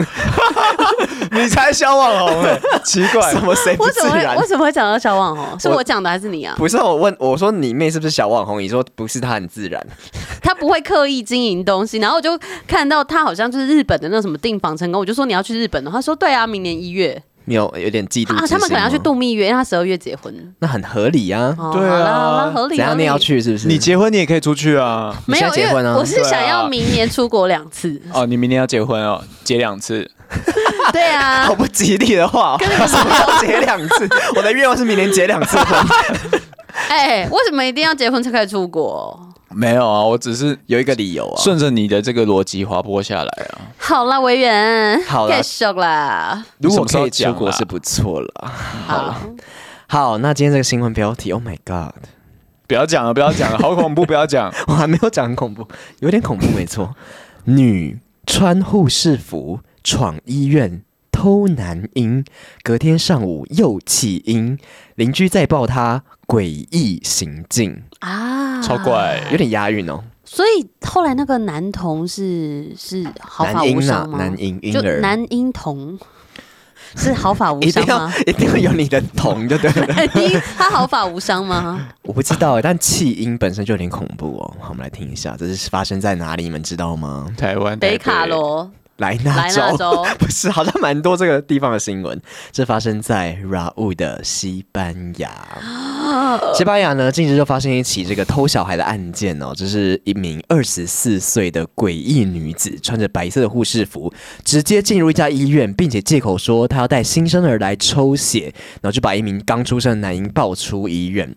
你才小网红哎、奇怪什么谁不为什自么然会为？什么会讲到小网红？是我我讲的还是 (laughs) 你啊？不是我问，我说你妹是不是小网红？你说不是，她很自然。她不会刻意经营东西，然后我就看到她好像就是日本的那什么订房成功，我就说你要去日本哦，她说对啊，明年一月你有有点嫉妒嗯啊，之他心们可能要去吗度蜜月，因为她十二月结婚。那很合理啊。哦对啊好啦好啦，合理怎合样你理也。要去是不是？你结婚你也可以出去啊，你没现有，在因结为婚啊我是想要对啊明年出国两次。 (laughs) 哦，你明年要结婚哦，结两次， (laughs) 对啊好，不吉利的 (laughs) 话哦，什么要结两次？我的愿望是明年结两次婚。哎，为什么一定要结婚才可以出国？没有啊，我只是 (laughs) 有一个理由啊。顺着你的这个逻辑滑坡下来啊。好啦，维园，好啦太熟啦。如果你什么时可候以出讲国啊是不错了。好，好，那今天这个新闻标题，Oh my God， (laughs) 不要讲了，不要讲了，好恐怖！不要讲， (laughs) 我还没有讲很恐怖，有点恐怖没错。 (laughs) 女穿护士服闯医院偷男婴，隔天上午又弃婴，邻居再报她诡异行径，啊，超怪。有点押韵哦。所以后来那个男童是是毫发男无婴啊伤，吗？男婴婴就儿，男婴童是毫发无一定伤要 (laughs) 吗？一定要有你的同就对了。男婴他毫发无伤吗？ (laughs) 我不知道欸，但弃婴本身就有点恐怖哦。好，我们来听一下，这是发生在哪里？你们知道吗？台湾北卡，罗莱纳莱州，纳州， (laughs) 不是，好像蛮多这个地方的新闻。这发生在 Raul 的西班牙。西班牙呢，近日就发生一起这个偷小孩的案件哦，这是一名二十四岁的诡异女子，穿着白色的护士服，直接进入一家医院，并且借口说她要带新生儿来抽血，然后就把一名刚出生的男婴抱出医院，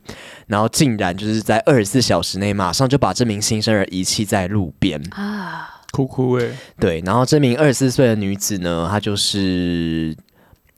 然后竟然就是在二十四小时内，马上就把这名新生儿遗弃在路边。啊哭哭哎，对，然后这名二十四岁的女子呢，她就是，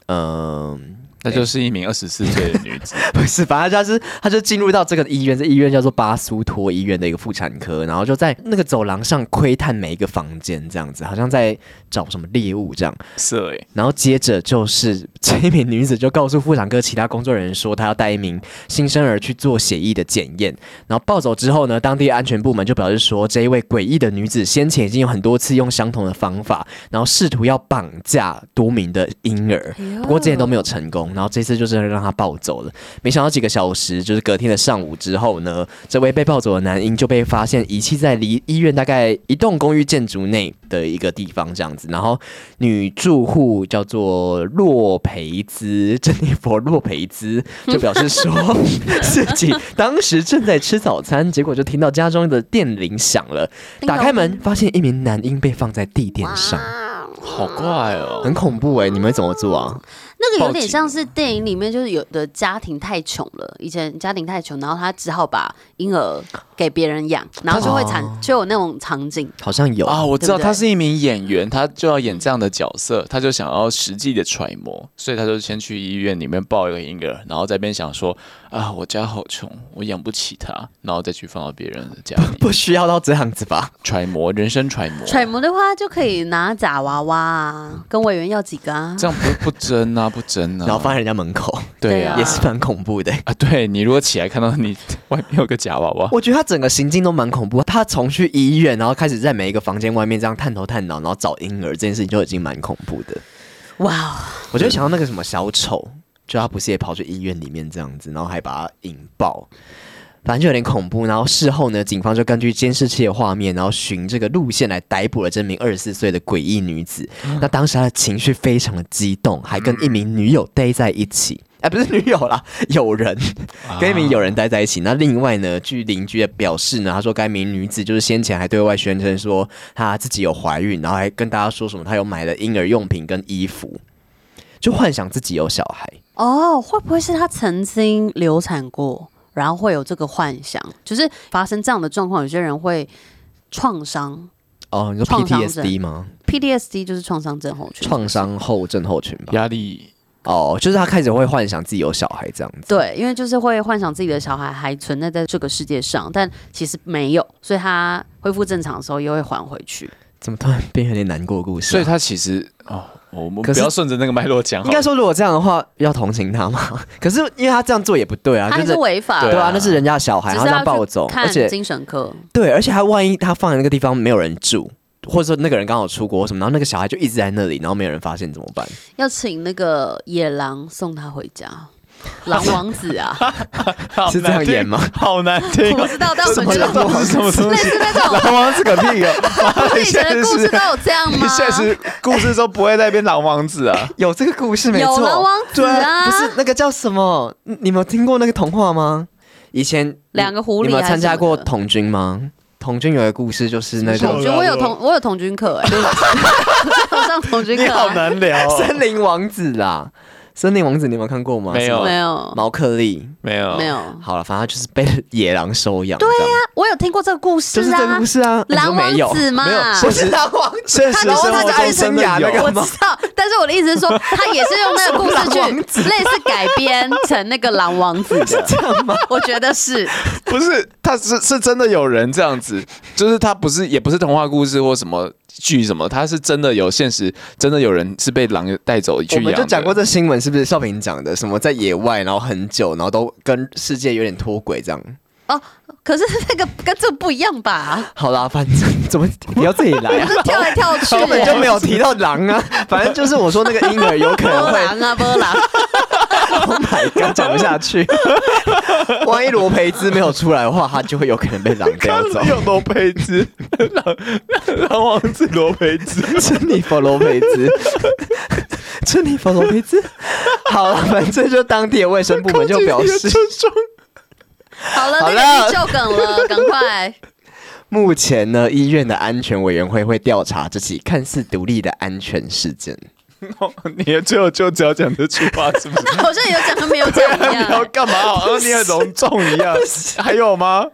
嗯、那就是一名二十四岁的女子， (laughs) 不是，反正她是，她就进入到这个医院，这医院叫做巴苏托医院的一个妇产科，然后就在那个走廊上窥探每一个房间，这样子，好像在找什么猎物这样。色 (laughs) 哎，然后接着就是这一名女子就告诉妇产科其他工作人员说，她要带一名新生儿去做血液的检验。然后抱走之后呢，当地安全部门就表示说，这一位诡异的女子先前已经有很多次用相同的方法，然后试图要绑架多名的婴儿，不过之前都没有成功。然后这次就是让他抱走了。没想到几个小时，就是隔天的上午之后呢，这位被抱走的男婴就被发现遗弃在离医院大概一栋公寓建筑内的一个地方，这样子。然后女住户叫做洛培兹，珍妮佛洛培兹就表示说 (laughs) 自己当时正在吃早餐，结果就听到家中的电铃响了，叮打咚开门发现一名男婴被放在地垫上，好怪哦。很恐怖哎、你们会怎么做啊？那个有报点警像是电影里面，就是有的家庭太穷了，以前家庭太穷，然后他只好把婴儿给别人养，然后就会产哦就有那种场景。好像有啊，我知道对不对他是一名演员，他就要演这样的角色，他就想要实际的揣摩，所以他就先去医院里面抱一个婴儿，然后在那边想说啊，我家好穷，我养不起他，然后再去放到别人的家里不需要到这样子吧？揣摩人生揣摩，揣摩的话，就可以拿假娃娃啊，跟委员要几个啊。这样不不真啊，不真啊，然后放在人家门口， (laughs) 对啊也是蛮恐怖的欸、啊，对你如果起来看到你外面有个假娃娃，我觉得他整个行径都蛮恐怖，他从去医院，然后开始在每一个房间外面这样探头探脑，然后找婴儿这件事情就已经蛮恐怖的。哇，哦我就想到那个什么小丑，就他不是也跑去医院里面这样子，然后还把他引爆。反正就有点恐怖，然后事后呢，警方就根据监视器的画面，然后循这个路线来逮捕了这名二十四岁的诡异女子。那当时她的情绪非常的激动，还跟一名女友待在一起，哎、不是女友啦，友人。跟一名友人待在一起。那另外呢，据邻居的表示呢，他说该名女子就是先前还对外宣称说她自己有怀孕，然后还跟大家说什么她有买了婴儿用品跟衣服，就幻想自己有小孩。哦，会不会是他曾经流产过，然后会有这个幻想？就是发生这样的状况，有些人会创伤哦，你说创伤症 PTSD 吗？ ，PTSD 就是创伤症候群。创伤后症候群吧。压力哦，就是他开始会幻想自己有小孩这样子。对，因为就是会幻想自己的小孩还存在在这个世界上，但其实没有，所以他恢复正常的时候又会还回去。怎么突然变有点难过的故事啊、所以他其实哦，我们可不是要顺着那个脉络讲好应了，该说，如果这样的话，要同情他吗？ (laughs) 可是因为他这样做也不对啊，他还就是是违法对的，啊，那是人家的小孩，只然是后这样要去暴走，而看且精神科。对，而且他万一他放在那个地方没有人住，或者说那个人刚好出国或什么，然后那个小孩就一直在那里，然后没有人发现怎么办？要请那个野狼送他 (laughs) 回家，狼王子啊，好是这样难听演吗？好难听 (laughs) 我不知道，但我们觉得是什么东类西？似那种，老王子个屁哦！不是以前的故事都有这样 (laughs) 吗你？现实故事中不会在那边狼王子啊？有这个故事没有错，狼王子对啊不是那个叫什么？你你们有听过那个童话吗？以前两个狐狸你们有还参是加什么过的童军吗？童军有一个故事就是那我个觉得我有同我有童军课 (laughs) 哎， (laughs) 我上童军你课好啊难聊哦。森林王子啦，森林王子你们有看过吗？没什有么没有毛克利。没有没，有，啊好了，哦反正他就是被野狼收养。对呀、我有听过这个故事就是这个啊故，事啊。你说狼没有王子嘛没，有不是狼王子，现实然生后活 (laughs) 他就中变成真的雅那个有我知道，但是我的意思是说，他也是用那个 (laughs) 故事去类似改编成那个狼王子的，这样吗？我觉得是，不是，他是是真的有人这样子，就是他不是也不是童话故事或什么剧什么，他是真的有现实，真的有人是被狼带走去我养的。们就讲 (laughs) 过这新闻，是不是少平讲的？什么在野外，然后很久，然后都跟世界有点脱轨，这样。可是那个跟这不一 (laughs) 样吧？好啦，反正怎 (laughs) 么你要自己来、啊？就跳来跳去，根本就没有提到狼啊，反正就是我说那个婴儿有可能波会狼啊波狼， ，Oh (laughs) my god，讲不下去。万一罗培兹没有出来的话，他就会有可能被狼叼走。有罗培兹，啊狼狼王子罗培兹，珍妮佛罗培兹，珍妮佛罗培兹。好了，反正就当地的卫生部门就表示，好了，好那了个地就梗了，赶快。目前呢，医院的安全委员会会调查这起看似独立的安全事件。 (laughs) 你也最后就只要讲这句话，是不 (laughs) 是？好像有讲跟没有讲一你要样，干嘛？好像你很隆重一 (laughs) 样。还有吗？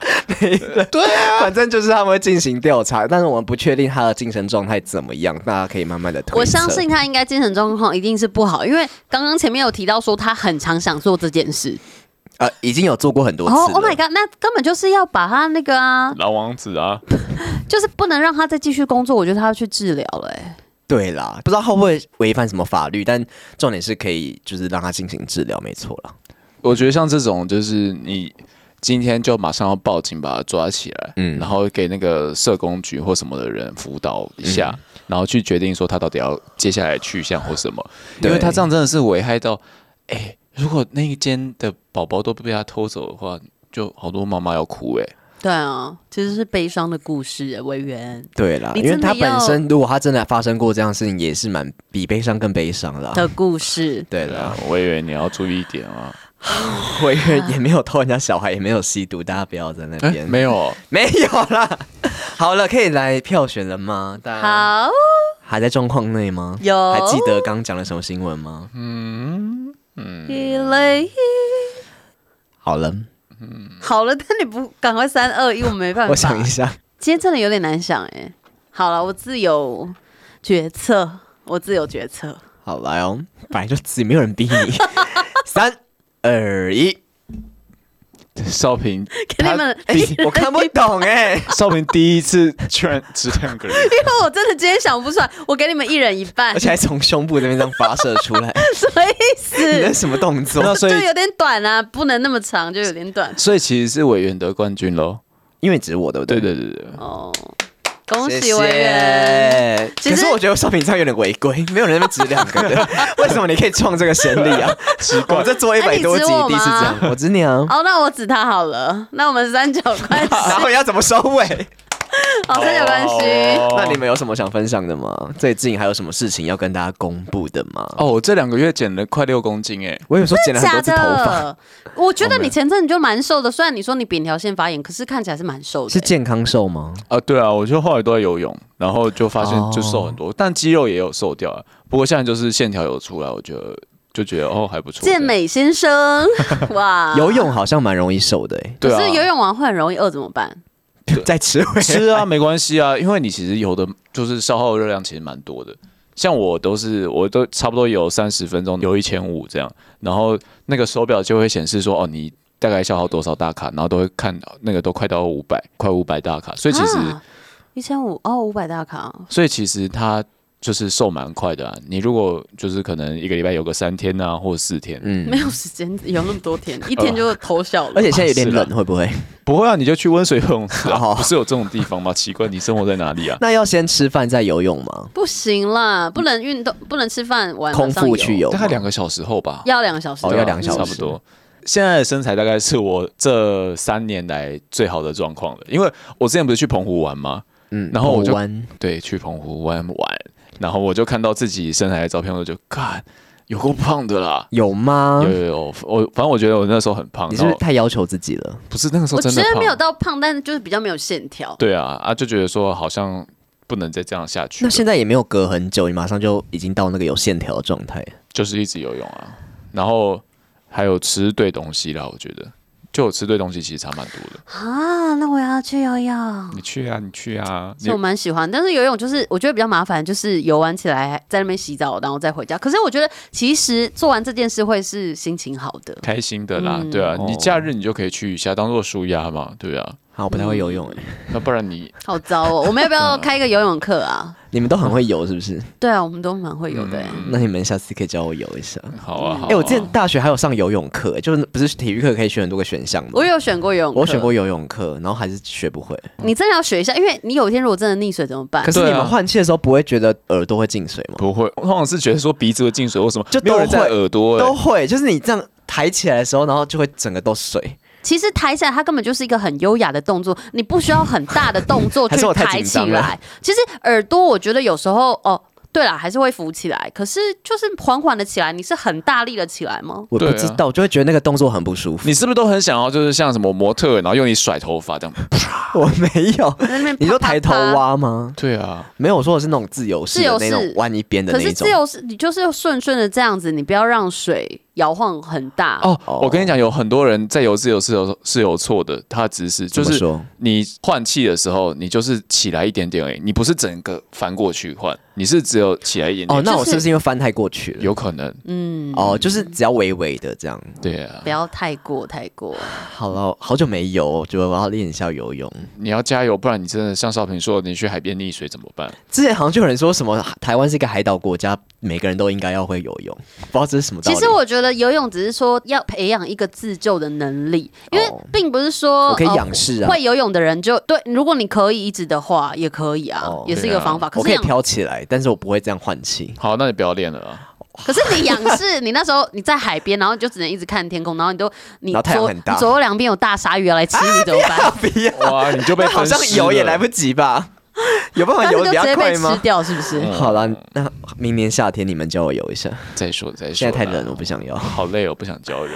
对啊， (laughs) 反正就是他们会进行调查，但是我们不确定他的精神状态怎么样，大家可以慢慢的推测。我相信他应该精神状况一定是不好，因为刚刚前面有提到说他很常想做这件事。呃，已经有做过很多次了。哦，Oh my god，那根本就是要把他那个啊，狼王子啊，就是不能让他再继续工作，我觉得他要去治疗了、欸。对啦，不知道会不会违反什么法律，但重点是可以就是让他进行治疗，没错啦。我觉得像这种就是你。今天就马上要报警，把他抓起来，嗯嗯，然后给那个社工局或什么的人辅导一下，然后去决定说他到底要接下来去向或什么，对因为他这样真的是危害到，哎、哎、如果那一间的宝宝都被他偷走的话，就好多妈妈要哭哎、对啊，其实是悲伤的故事，委员对啦，你因为真的他本要身如果他真的发生过这样的事情，也是蛮比悲伤更悲伤啦。的故事。对对啦啊，，我以为你要注意一点啊。我也也没有偷人家小孩，也没有吸毒，大家不要在那哎、边、 (laughs) 没有哦，没有啦。好了，可以来票选了吗？大家 (laughs) 好，还在状况内吗？有还记得刚讲了什么新闻吗？一类好了，好了，但你不赶快三二一，我没办法。我想一下，今天真的有点难想哎、好了，我自有决策，我自有决策。好来哦，本来就自己没有人逼你。三二一，少 (laughs) 平， (laughs) 给你们，哎、我看不懂哎、少平第一次居然只两个人，哎因为我真的今天想不出来，我给你们一人一 (laughs) 半而， (laughs) 且还从胸部那边这样发射出来，什么意你那思？什么动作？那所以就有点短啊，不能那么长，就有点短所以其实是委员得冠军喽。因为只是我，对不对对？对对对，哦。恭谢喜谢委员，其可实是我觉得少平这样有点违规，没有人在那边指两个的，为什么你可以创这个先例啊？我们这做一哎百你多指集，我第一次这样，我指你啊。哦，那我指他好了。那我们三角关 (laughs) 系，然后要怎么收尾？好，三角关系，那你们有什么想分享的吗？最近还有什么事情要跟大家公布的吗？哦，我这两个月减了快六公斤哎，我有时候剪了很假多次头发，的。我觉得你前阵子就蛮瘦的，虽然你说你扁桃腺发炎，可是看起来是蛮瘦的、欸是健康瘦吗？啊对啊，我就后来都在游泳，然后就发现就瘦很多，但肌肉也有瘦掉啊。不过现在就是线条有出来，我觉得就觉得哦还不错。健，美先生， (laughs) 哇！啊游泳好像蛮容易瘦的诶、对啊可是游泳完会很容易饿，怎么办？ (laughs) 再吃回吃啊没关系啊，因为你其实有的就是消耗热量其实蛮多的。像我都是，我都差不多有三十分钟，有一千五这样，然后那个手表就会显示说，哦，你大概消耗多少大卡，然后都会看到那个都快到五百，快五百大卡，所以其实、啊一千五哦，五百大卡，所以其实它就是瘦蛮快的啊。你如果就是可能一个礼拜有个三天啊，或四天，嗯没，有时间游那么多天， (laughs) 一天就头小了。而且现在有点冷是，会不会？不会啊，你就去温水游 (laughs) 泳池啊，好不是有这种地方吗？奇怪，你生活在哪里啊？那要先吃饭再游泳吗？不行啦，不能运动，不能吃饭，晚空腹去游大概吗？两个小时后吧，要两个小时，哦对啊要两个小时差不多。现在的身材大概是我这三年来最好的状况了，因为我之前不是去澎湖玩吗？嗯然后我澎湖就湾对，去澎湖湾玩，然后我就看到自己身材的照片，我就看有够胖的啦。有吗有？有有，我反正我觉得我那时候很胖，嗯你是然不后是太要求自己了？不是那个时候我真觉的得胖没有到胖，但就是比较没有线条。对啊，啊就觉得说好像不能再这样下去那了，现在也没有隔很久，你马上就已经到那个有线条的状态。就是一直游泳啊，然后还有吃对东西啦，我觉得就我吃对东西其实差蛮多的。啊，那我要去游泳。你去啊，你去啊，是你我蛮喜欢，但是游泳就是我觉得比较麻烦，就是游玩起来在那边洗澡，然后再回家。可是我觉得其实做完这件事会是心情好的，开心的啦，嗯对啊，哦你假日你就可以去一下，当做舒压嘛，对啊，好，我不太会游泳哎、那不然你好糟哦！我们要不嗯要开一个游泳课啊？你们都很会游是不是？嗯对啊，我们都蛮会游的、欸。那你们下次可以教我游一下。好啊，好哎、啊我之前大学还有上游泳课、欸就是不是体育课可以选很多个选项吗？我有选过游泳，我选过。游泳课，然后还是学不会。你真的要学一下，因为你有一天如果真的溺水怎么办可？是对你啊们换气的时候不会觉得耳朵会进水吗？不会，我通常是觉得说鼻子会进水或什么，就没有人都在会耳朵、欸都会，就是你这样抬起来的时候，然后就会整个都水。啊其实抬起来它根本就是一个很优雅的动作，你不需要很大的动作去还是我太抬紧起张了来。其实耳朵我觉得有时候哦，对啦，还是会浮起来，可是就是缓缓的起来，你是很大力的起来吗？我不对啊知道，我就会觉得那个动作很不舒服。你是不是都很想要就是像什么模特，然后用你甩头发这样？ (laughs) 我没有，在那边你说啪啪抬头啪。蛙吗？对啊，没有，我说的是那种自由式自的由那式种弯一边的可那是一种自。由式，你就是顺顺的这样子，你不要让水摇晃很大。哦，我跟你讲，有很多人在游自由是有是有错的，他的姿势就怎么是说你换气的时候，你就是起来一点点而已，你不是整个翻过去换，你是只有起来一点点。哦，那我就是是不是因为翻太过去了？有可能，嗯，哦，就是只要微微的这样。对啊不，要太过太过。好了，好久没游，觉得我要练一下游泳。你要加油，不然你真的像少平说的，你去海边溺水怎么办？之前好像就有人说什么台湾是一个海岛国家，每个人都应该要会游泳，不知道这是什么道其理。实我觉得游泳只是说要培养一个自救的能力，因为哦并不是说我可以呃仰视啊会游泳的人就对，如果你可以一直的话，也可以啊，哦也是一个对啊方法。可我是可以仰飘起来，但是我不会这样换气。好，那你不要练了啊。 (laughs) 可是你仰视，你那时候你在海边，然后你就只能一直看天空，然后你都 (laughs) 你然后太阳左很大你左右两边有大鲨鱼要来吃你怎么办？ (laughs) 不要，哇，你就被那 (laughs) 好分像尸游也了来不及 (laughs) 吧？有办但法是游的就直比较接快被吃吗？掉是不是？嗯好了，那明年夏天你们教我游一下，再说再说，现在太冷了，我不，想游。好累，哦我不想教人。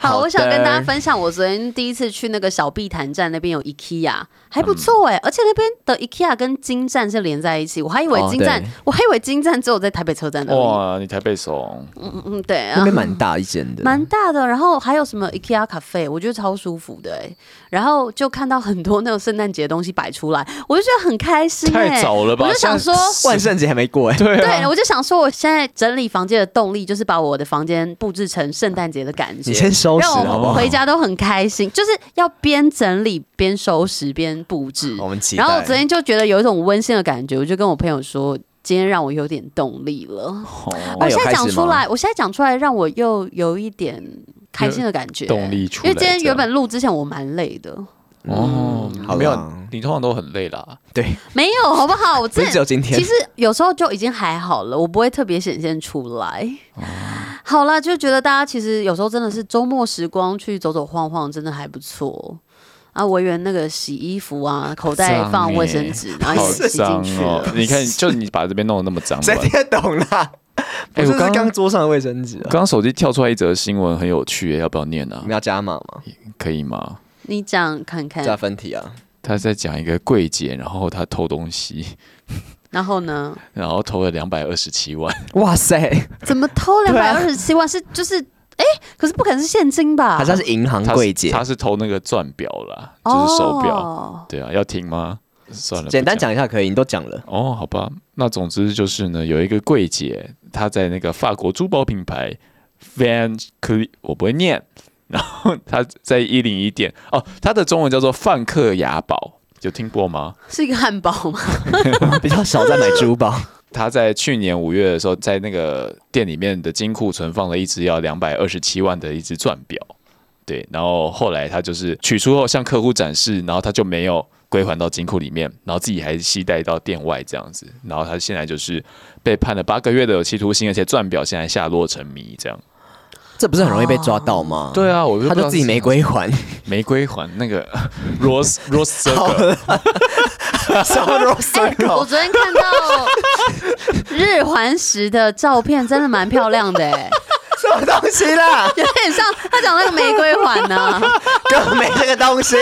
好好，我想的跟大家分享，我昨天第一次去那个小碧潭站那边有 IKEA，还不错哎、而且那边的 IKEA 跟金站是连在一起，我还以为哦金站，对我还以为金站只有在台北车站而已。哇，你台北怂，嗯嗯，对那啊边，蛮大一间的，蛮大的。然后还有什么 IKEA 咖啡，我觉得超舒服的哎、然后就看到很多那种圣诞节的东西摆出来，我就觉得很开心哎、太早了吧？我就想说现在万圣节还没过哎。对对，啊，我就想说，我现在整理房间的动力就是把我的房间布置成圣诞节的感觉。你先收拾让好不我好？回家都很开心，就是要边整理边收拾边布置。我们期待然后我昨天就觉得有一种温馨的感觉，我就跟我朋友说，今天让我有点动力了。那哦我哦有现在开始讲出吗来，我现在讲出来，让我又有一点开心的感觉，动力出来因为今天这原样本录之前我蛮累的，嗯哦好，没有啦，你通常都很累啦。对，没有好不好？我不之是只前有今天其。实有时候就已经还好了，我不会特别显现出来。哦好啦，就觉得大家其实有时候真的是周末时光去走走晃晃，真的还不错。啊，维园那个洗衣服啊，口袋放卫生纸，啊然后好洗进脏去哦了！。你看，就你把这边弄得那么 (laughs) 脏，谁不听然得懂啦？不哎是我是刚刚桌上的卫生纸啊，刚刚手机跳出来一则新闻，很有趣耶，要不要念啊你？们要加码吗？可以吗？你讲看看，加分题啊，他在讲一个柜姐，然后她偷东西， (laughs) 然后呢？然后偷了两百二十七万，哇塞，怎么偷两对百啊二十七万？是就是，哎、可是不可能是现金吧？好像是银行她是柜姐她。是偷那个钻表啦，就是手表。哦对啊，要听吗？算了，简单不讲一下可以，你都讲了。哦，好吧，那总之就是呢，有一个柜姐，她在那个法国珠宝品牌 Van Cleef，我不会念， (laughs) 然后她在一零一店哦，她的中文叫做范克雅宝，有听过吗？是一个汉堡 (laughs) 吗？比较少在买珠宝，她在去年五月的时候，在那个店里面的金库存放了一只要两百二十七万的一只钻表，对，然后后来她就是取出后向客户展示，然后她就没有归还到金库里面，然后自己还携带到店外这样子，然后她现在就是被判了八个月的有期徒刑，而且钻表现在下落成谜这样。这不是很容易被抓到吗？对啊，我他就自己没归还，没归还那个 (laughs) Rose Rose 这 (laughs) 个什么 r o 哎、我昨天看到日环食的照片，真的蛮漂亮的、哎，什么东西啦？ (laughs) 有点像他讲那个玫瑰环啊呢、根本没这个东西，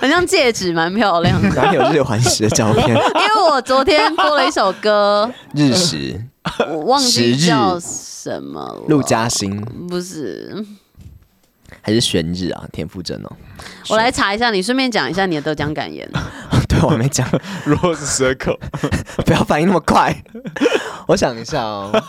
很像戒指，蛮漂亮的。 (laughs) 哪有日环食的照 (laughs) 片？因为我昨天播了一首歌，日食，我忘记时日叫什么了。陆嘉欣不是，还是玄日啊？田馥甄哦， (laughs) 我来查一下，你顺便讲一下你的得奖感言。对我还没讲， Rose Circle，不要反应那么快。 (laughs) 我想一下哦。 (laughs)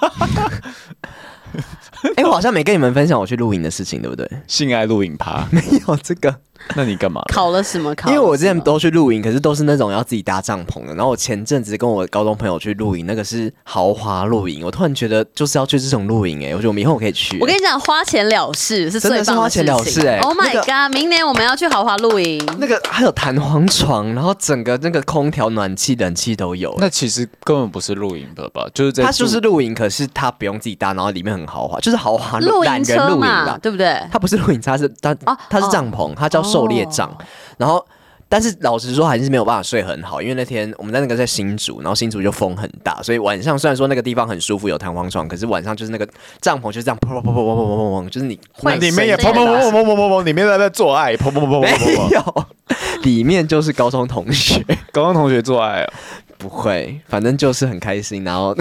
哎、我好像没跟你们分享我去露营的事情，对不对？性爱录影趴， (laughs) 没有这个，那你干嘛？考了 (laughs) 什么考了因什么？为我之前都去露营，可是都是那种要自己搭帐篷的。然后我前阵子跟我高中朋友去露营，那个是豪华露营。我突然觉得就是要去这种露营，哎，我觉得我们以后可以去。我跟你讲，花钱了事是最真的是棒事情。花钱了事哎 o h 那 my 个 god！、明年我们要去豪华露营。那个还有弹簧床，然后整个那个空调、暖气、冷气都有。欸那其实根本不是露营的吧？就是在它就是住露营，可是它不用自己搭，然后里面很豪华，就是豪华露懒营人车露营啊嘛，啦。对不对？它不是露营车，它是它哦它是帐篷，它叫狩猎帐。然后，但是老实说还是没有办法睡很好，因为那天我们在那个在新竹，然后新竹就风很大，所以晚上虽然说那个地方很舒服，有弹簧床，可是晚上就是那个帐篷就是这样砰砰砰砰砰砰砰砰砰，就是你会那个里面也声砰音砰很大砰砰砰砰砰砰，里面在在做爱，砰砰砰砰砰砰没砰。有，里面就是高中同学，高中同学做爱 (laughs) 哦，不会，反正就是很开心，然后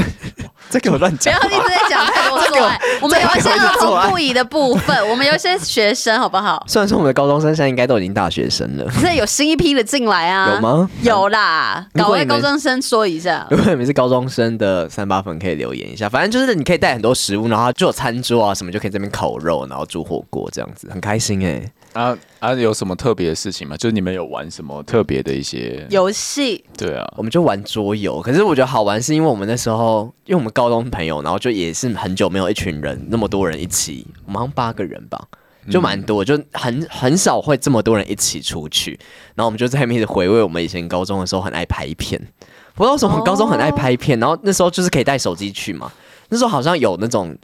这个我乱不讲要。一直在讲太多 (laughs) 做爱，我们有一些儿童不宜的部分，我们有一些学生好不好？虽然说我们的高中生现在应该都已经大学生了，这有新一批的进来啊？有吗 (laughs) 有啦，如搞果位你高们中生说一下 (laughs) 如。果你们是高中生的三八粉，可以留言一下。反正就是你可以带很多食物，然后就有餐桌啊什么，就可以这边烤肉，然后煮火锅这样子，很开心哎、 (laughs) 啊啊，有什么特别的事情吗？就是你们有玩什么特别的一些？游戏对啊，我们就玩桌游，可是我觉得好玩是因为我们那时候，因为我们高中朋友，然后就也是很久没有一群人那么多人一起，我们好像八个人吧，就嗯蛮多，就很很少会这么多人一起出去。然后我们就在那边一直回味我们以前高中的时候很爱拍片，不知道为什么高中很哦爱拍片，然后那时候就是可以带手机去嘛，那时候好像有那种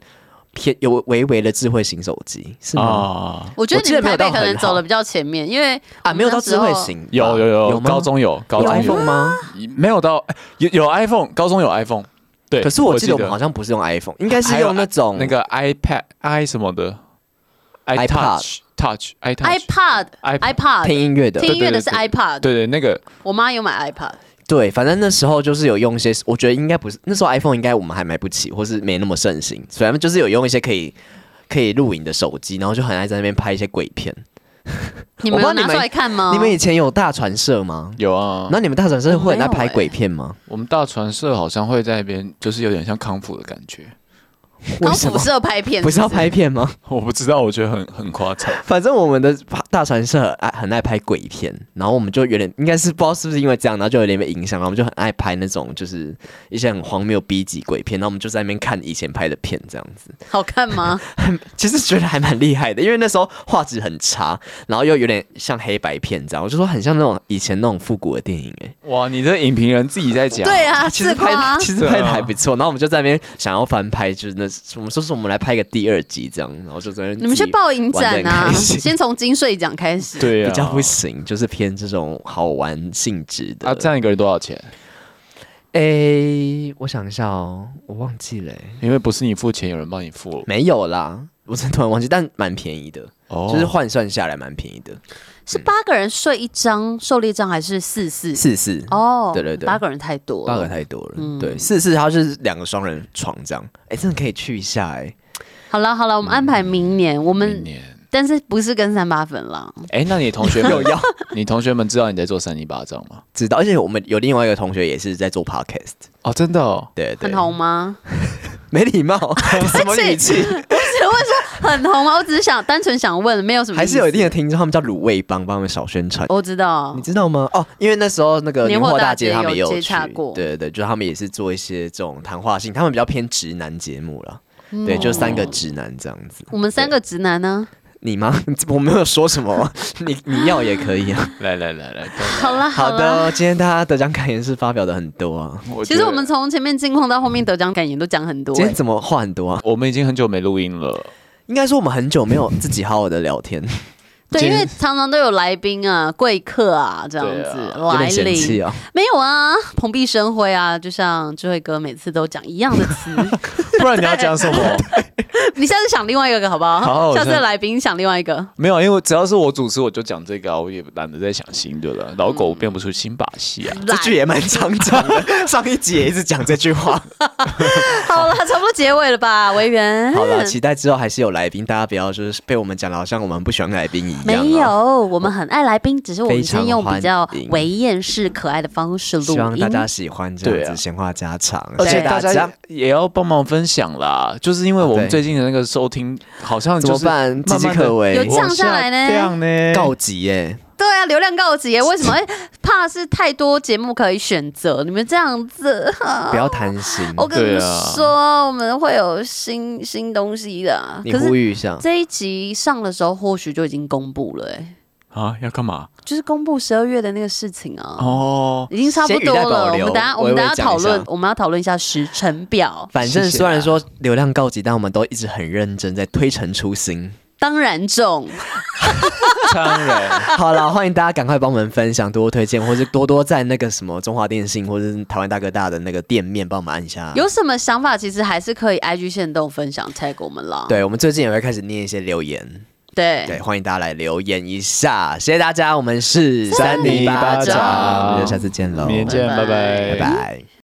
偏有微微的智慧型手机是吗？啊，我觉得我你记得们没台有到北可能很好走的比较前面，因为啊，没有到我们那时智候慧型吧，有有有，啊有吗高中有，高有中 iPhone 吗？没有到哎有有 iPhone，高中有 iPhone，对，可是我记得我们好像不是用 iPhone，应该是还有用那种那个 iPad、i 什么的 iPod ，iTouch、Touch、iTouch， iPad、 iPod iPad 听音乐的。听音乐的是对对 iPad，对对，那个我妈有买 iPad，对，反正那时候就是有用一些，我觉得应该不是那时候 iPhone 应该我们还买不起，或是没那么盛行，反正就是有用一些可以可以录影的手机，然后就很爱在那边拍一些鬼片。你们我不有知道拿你们出来看吗？你们以前有大传社吗？有啊。那你们大传社会很爱没有拍欸鬼片吗？我们大传社好像会在那边，就是有点像康复的感觉。高为什辐么？射拍片不是要不拍片吗？ (laughs) (laughs) 我不知道，我觉得很很夸张。反正我们的大传社很爱很爱拍鬼片，然后我们就有点应该是不知道是不是因为这样，然后就有点被影响，然后我们就很爱拍那种就是一些很荒谬逼急鬼片，然后我们就在那边看以前拍的片这样子。好看 (laughs) 吗？ (laughs) 其实觉得还蛮厉害的，因为那时候画质很差，然后又有点像黑白片这样，我就说很像那种以前那种复古的 (laughs) 电影哎、 (laughs) 哇，你这影评人自己在讲，对啊，其实是拍吗的？其实拍的还不错，然后我们就在那边想要翻拍，就是那我们说是我们来拍个第二集这样，然后就在那边你们去自己报影展玩得很啊，开心先从金穗奖开始。 (laughs) 对啊，比较不行，就是偏这种好玩性质的。啊，这样一个人多少钱？诶、我想一下哦，我忘记了欸、因为不是你付钱，有人帮你付，没有啦，我真的突然忘记，但蛮便宜的，哦就是换算下来蛮便宜的，是八个人睡一张狩猎帐还是四四？四四哦，对对对八个人太多了，八个太多了，嗯对，四四它是两个双人床这样，哎、真的可以去一下哎、好了好了，我们安排嗯明年，我明们年。但是不是跟三八粉了？哎，那你同学们有要， (laughs) 你同学们知道你在做三一巴掌吗？知道，而且我们有另外一个同学也是在做 podcast，哦，真的哦，对对很红吗？ (laughs) 没礼貌，什么语气？ (laughs) 我会说很红啊，我只是想单纯想问，没有什么，还是有一定的，听众，他们叫卤味帮，帮他们少宣传。我知道你。知道吗？哦，因为那时候那个哦年年货货大大街街他们也有有接去洽过，对对对，就他们也是做一些这种谈话性，他们比较偏直男节目了。对，就三个直男这样子。嗯我们三个直男呢？你吗？ (laughs) 我没有说什么， (laughs) 你你要也可以啊。来来来来，好啊啦好啦，的，今天大家得奖感言是发表的很多啊。我其觉实得我们从前面近况到后面得奖感言都讲很多今欸、天怎么话很多啊？我们已经很久没录音 (laughs) 了，应该说我们很久没有自己好好的聊天，对，今因天为常常都有来宾啊、贵客啊这样子、对有来点嫌弃临，啊。没有啊，蓬荜生辉啊，就像智慧哥每次都讲一样 (laughs) 的词，不然你要讲什么？你下次想另外一个好不好？好我下次想来宾想另外一个。 (laughs) 没有，因为只要是我主持，我就讲这个啊，我也懒得再想新的了。老嗯狗变不出新把戏啊。这句也蛮常讲的， (laughs) 上一集也一直讲这句话。好了，差不多结尾了吧，维园。好了，期待之后还是有来宾，大家不要就是被我们讲的好像我们不喜欢来宾一样、啊。没有，我们很爱来宾，只是我们非常先用比较欢迎唯艳式、可爱的方式录希望大音。家喜欢这对样啊子闲话家常，而且谢谢大家也要帮忙分享啦，就是因为我们对最近的那个收听好像怎就么是办？岌岌可有危这，降下来呢降呢告急耶！对啊，流量告急耶，为什么？ (laughs) 哎怕是太多节目可以选择，你们这样子，不要贪心，我跟你们对啊说，我们会有新新东西的啊。你可呼是吁一下。这一集上的时候，或许就已经公布了，哎，啊？要干嘛？就是公布十二月的那个事情啊。哦， (laughs) 已经差不多先语带了，保我留们等下我们微微等下讲一讨论下，我们要讨论一下时程表。反正谢谢啊虽然说流量告急，但我们都一直很认真在推陈出新。当然中，当然， (laughs) 好了，欢迎大家赶快帮我们分享、多多推荐，或是多多在那个什么中华电信或者是台湾大哥大的那个店面帮我们按一下。有什么想法，其实还是可以 IG 线动分享 tag 我们啦。对，我们最近也会开始念一些留言，对对，欢迎大家来留言一下，谢谢大家，我们是三泥泥巴我掌们就下次见喽，明天见，拜拜拜拜拜。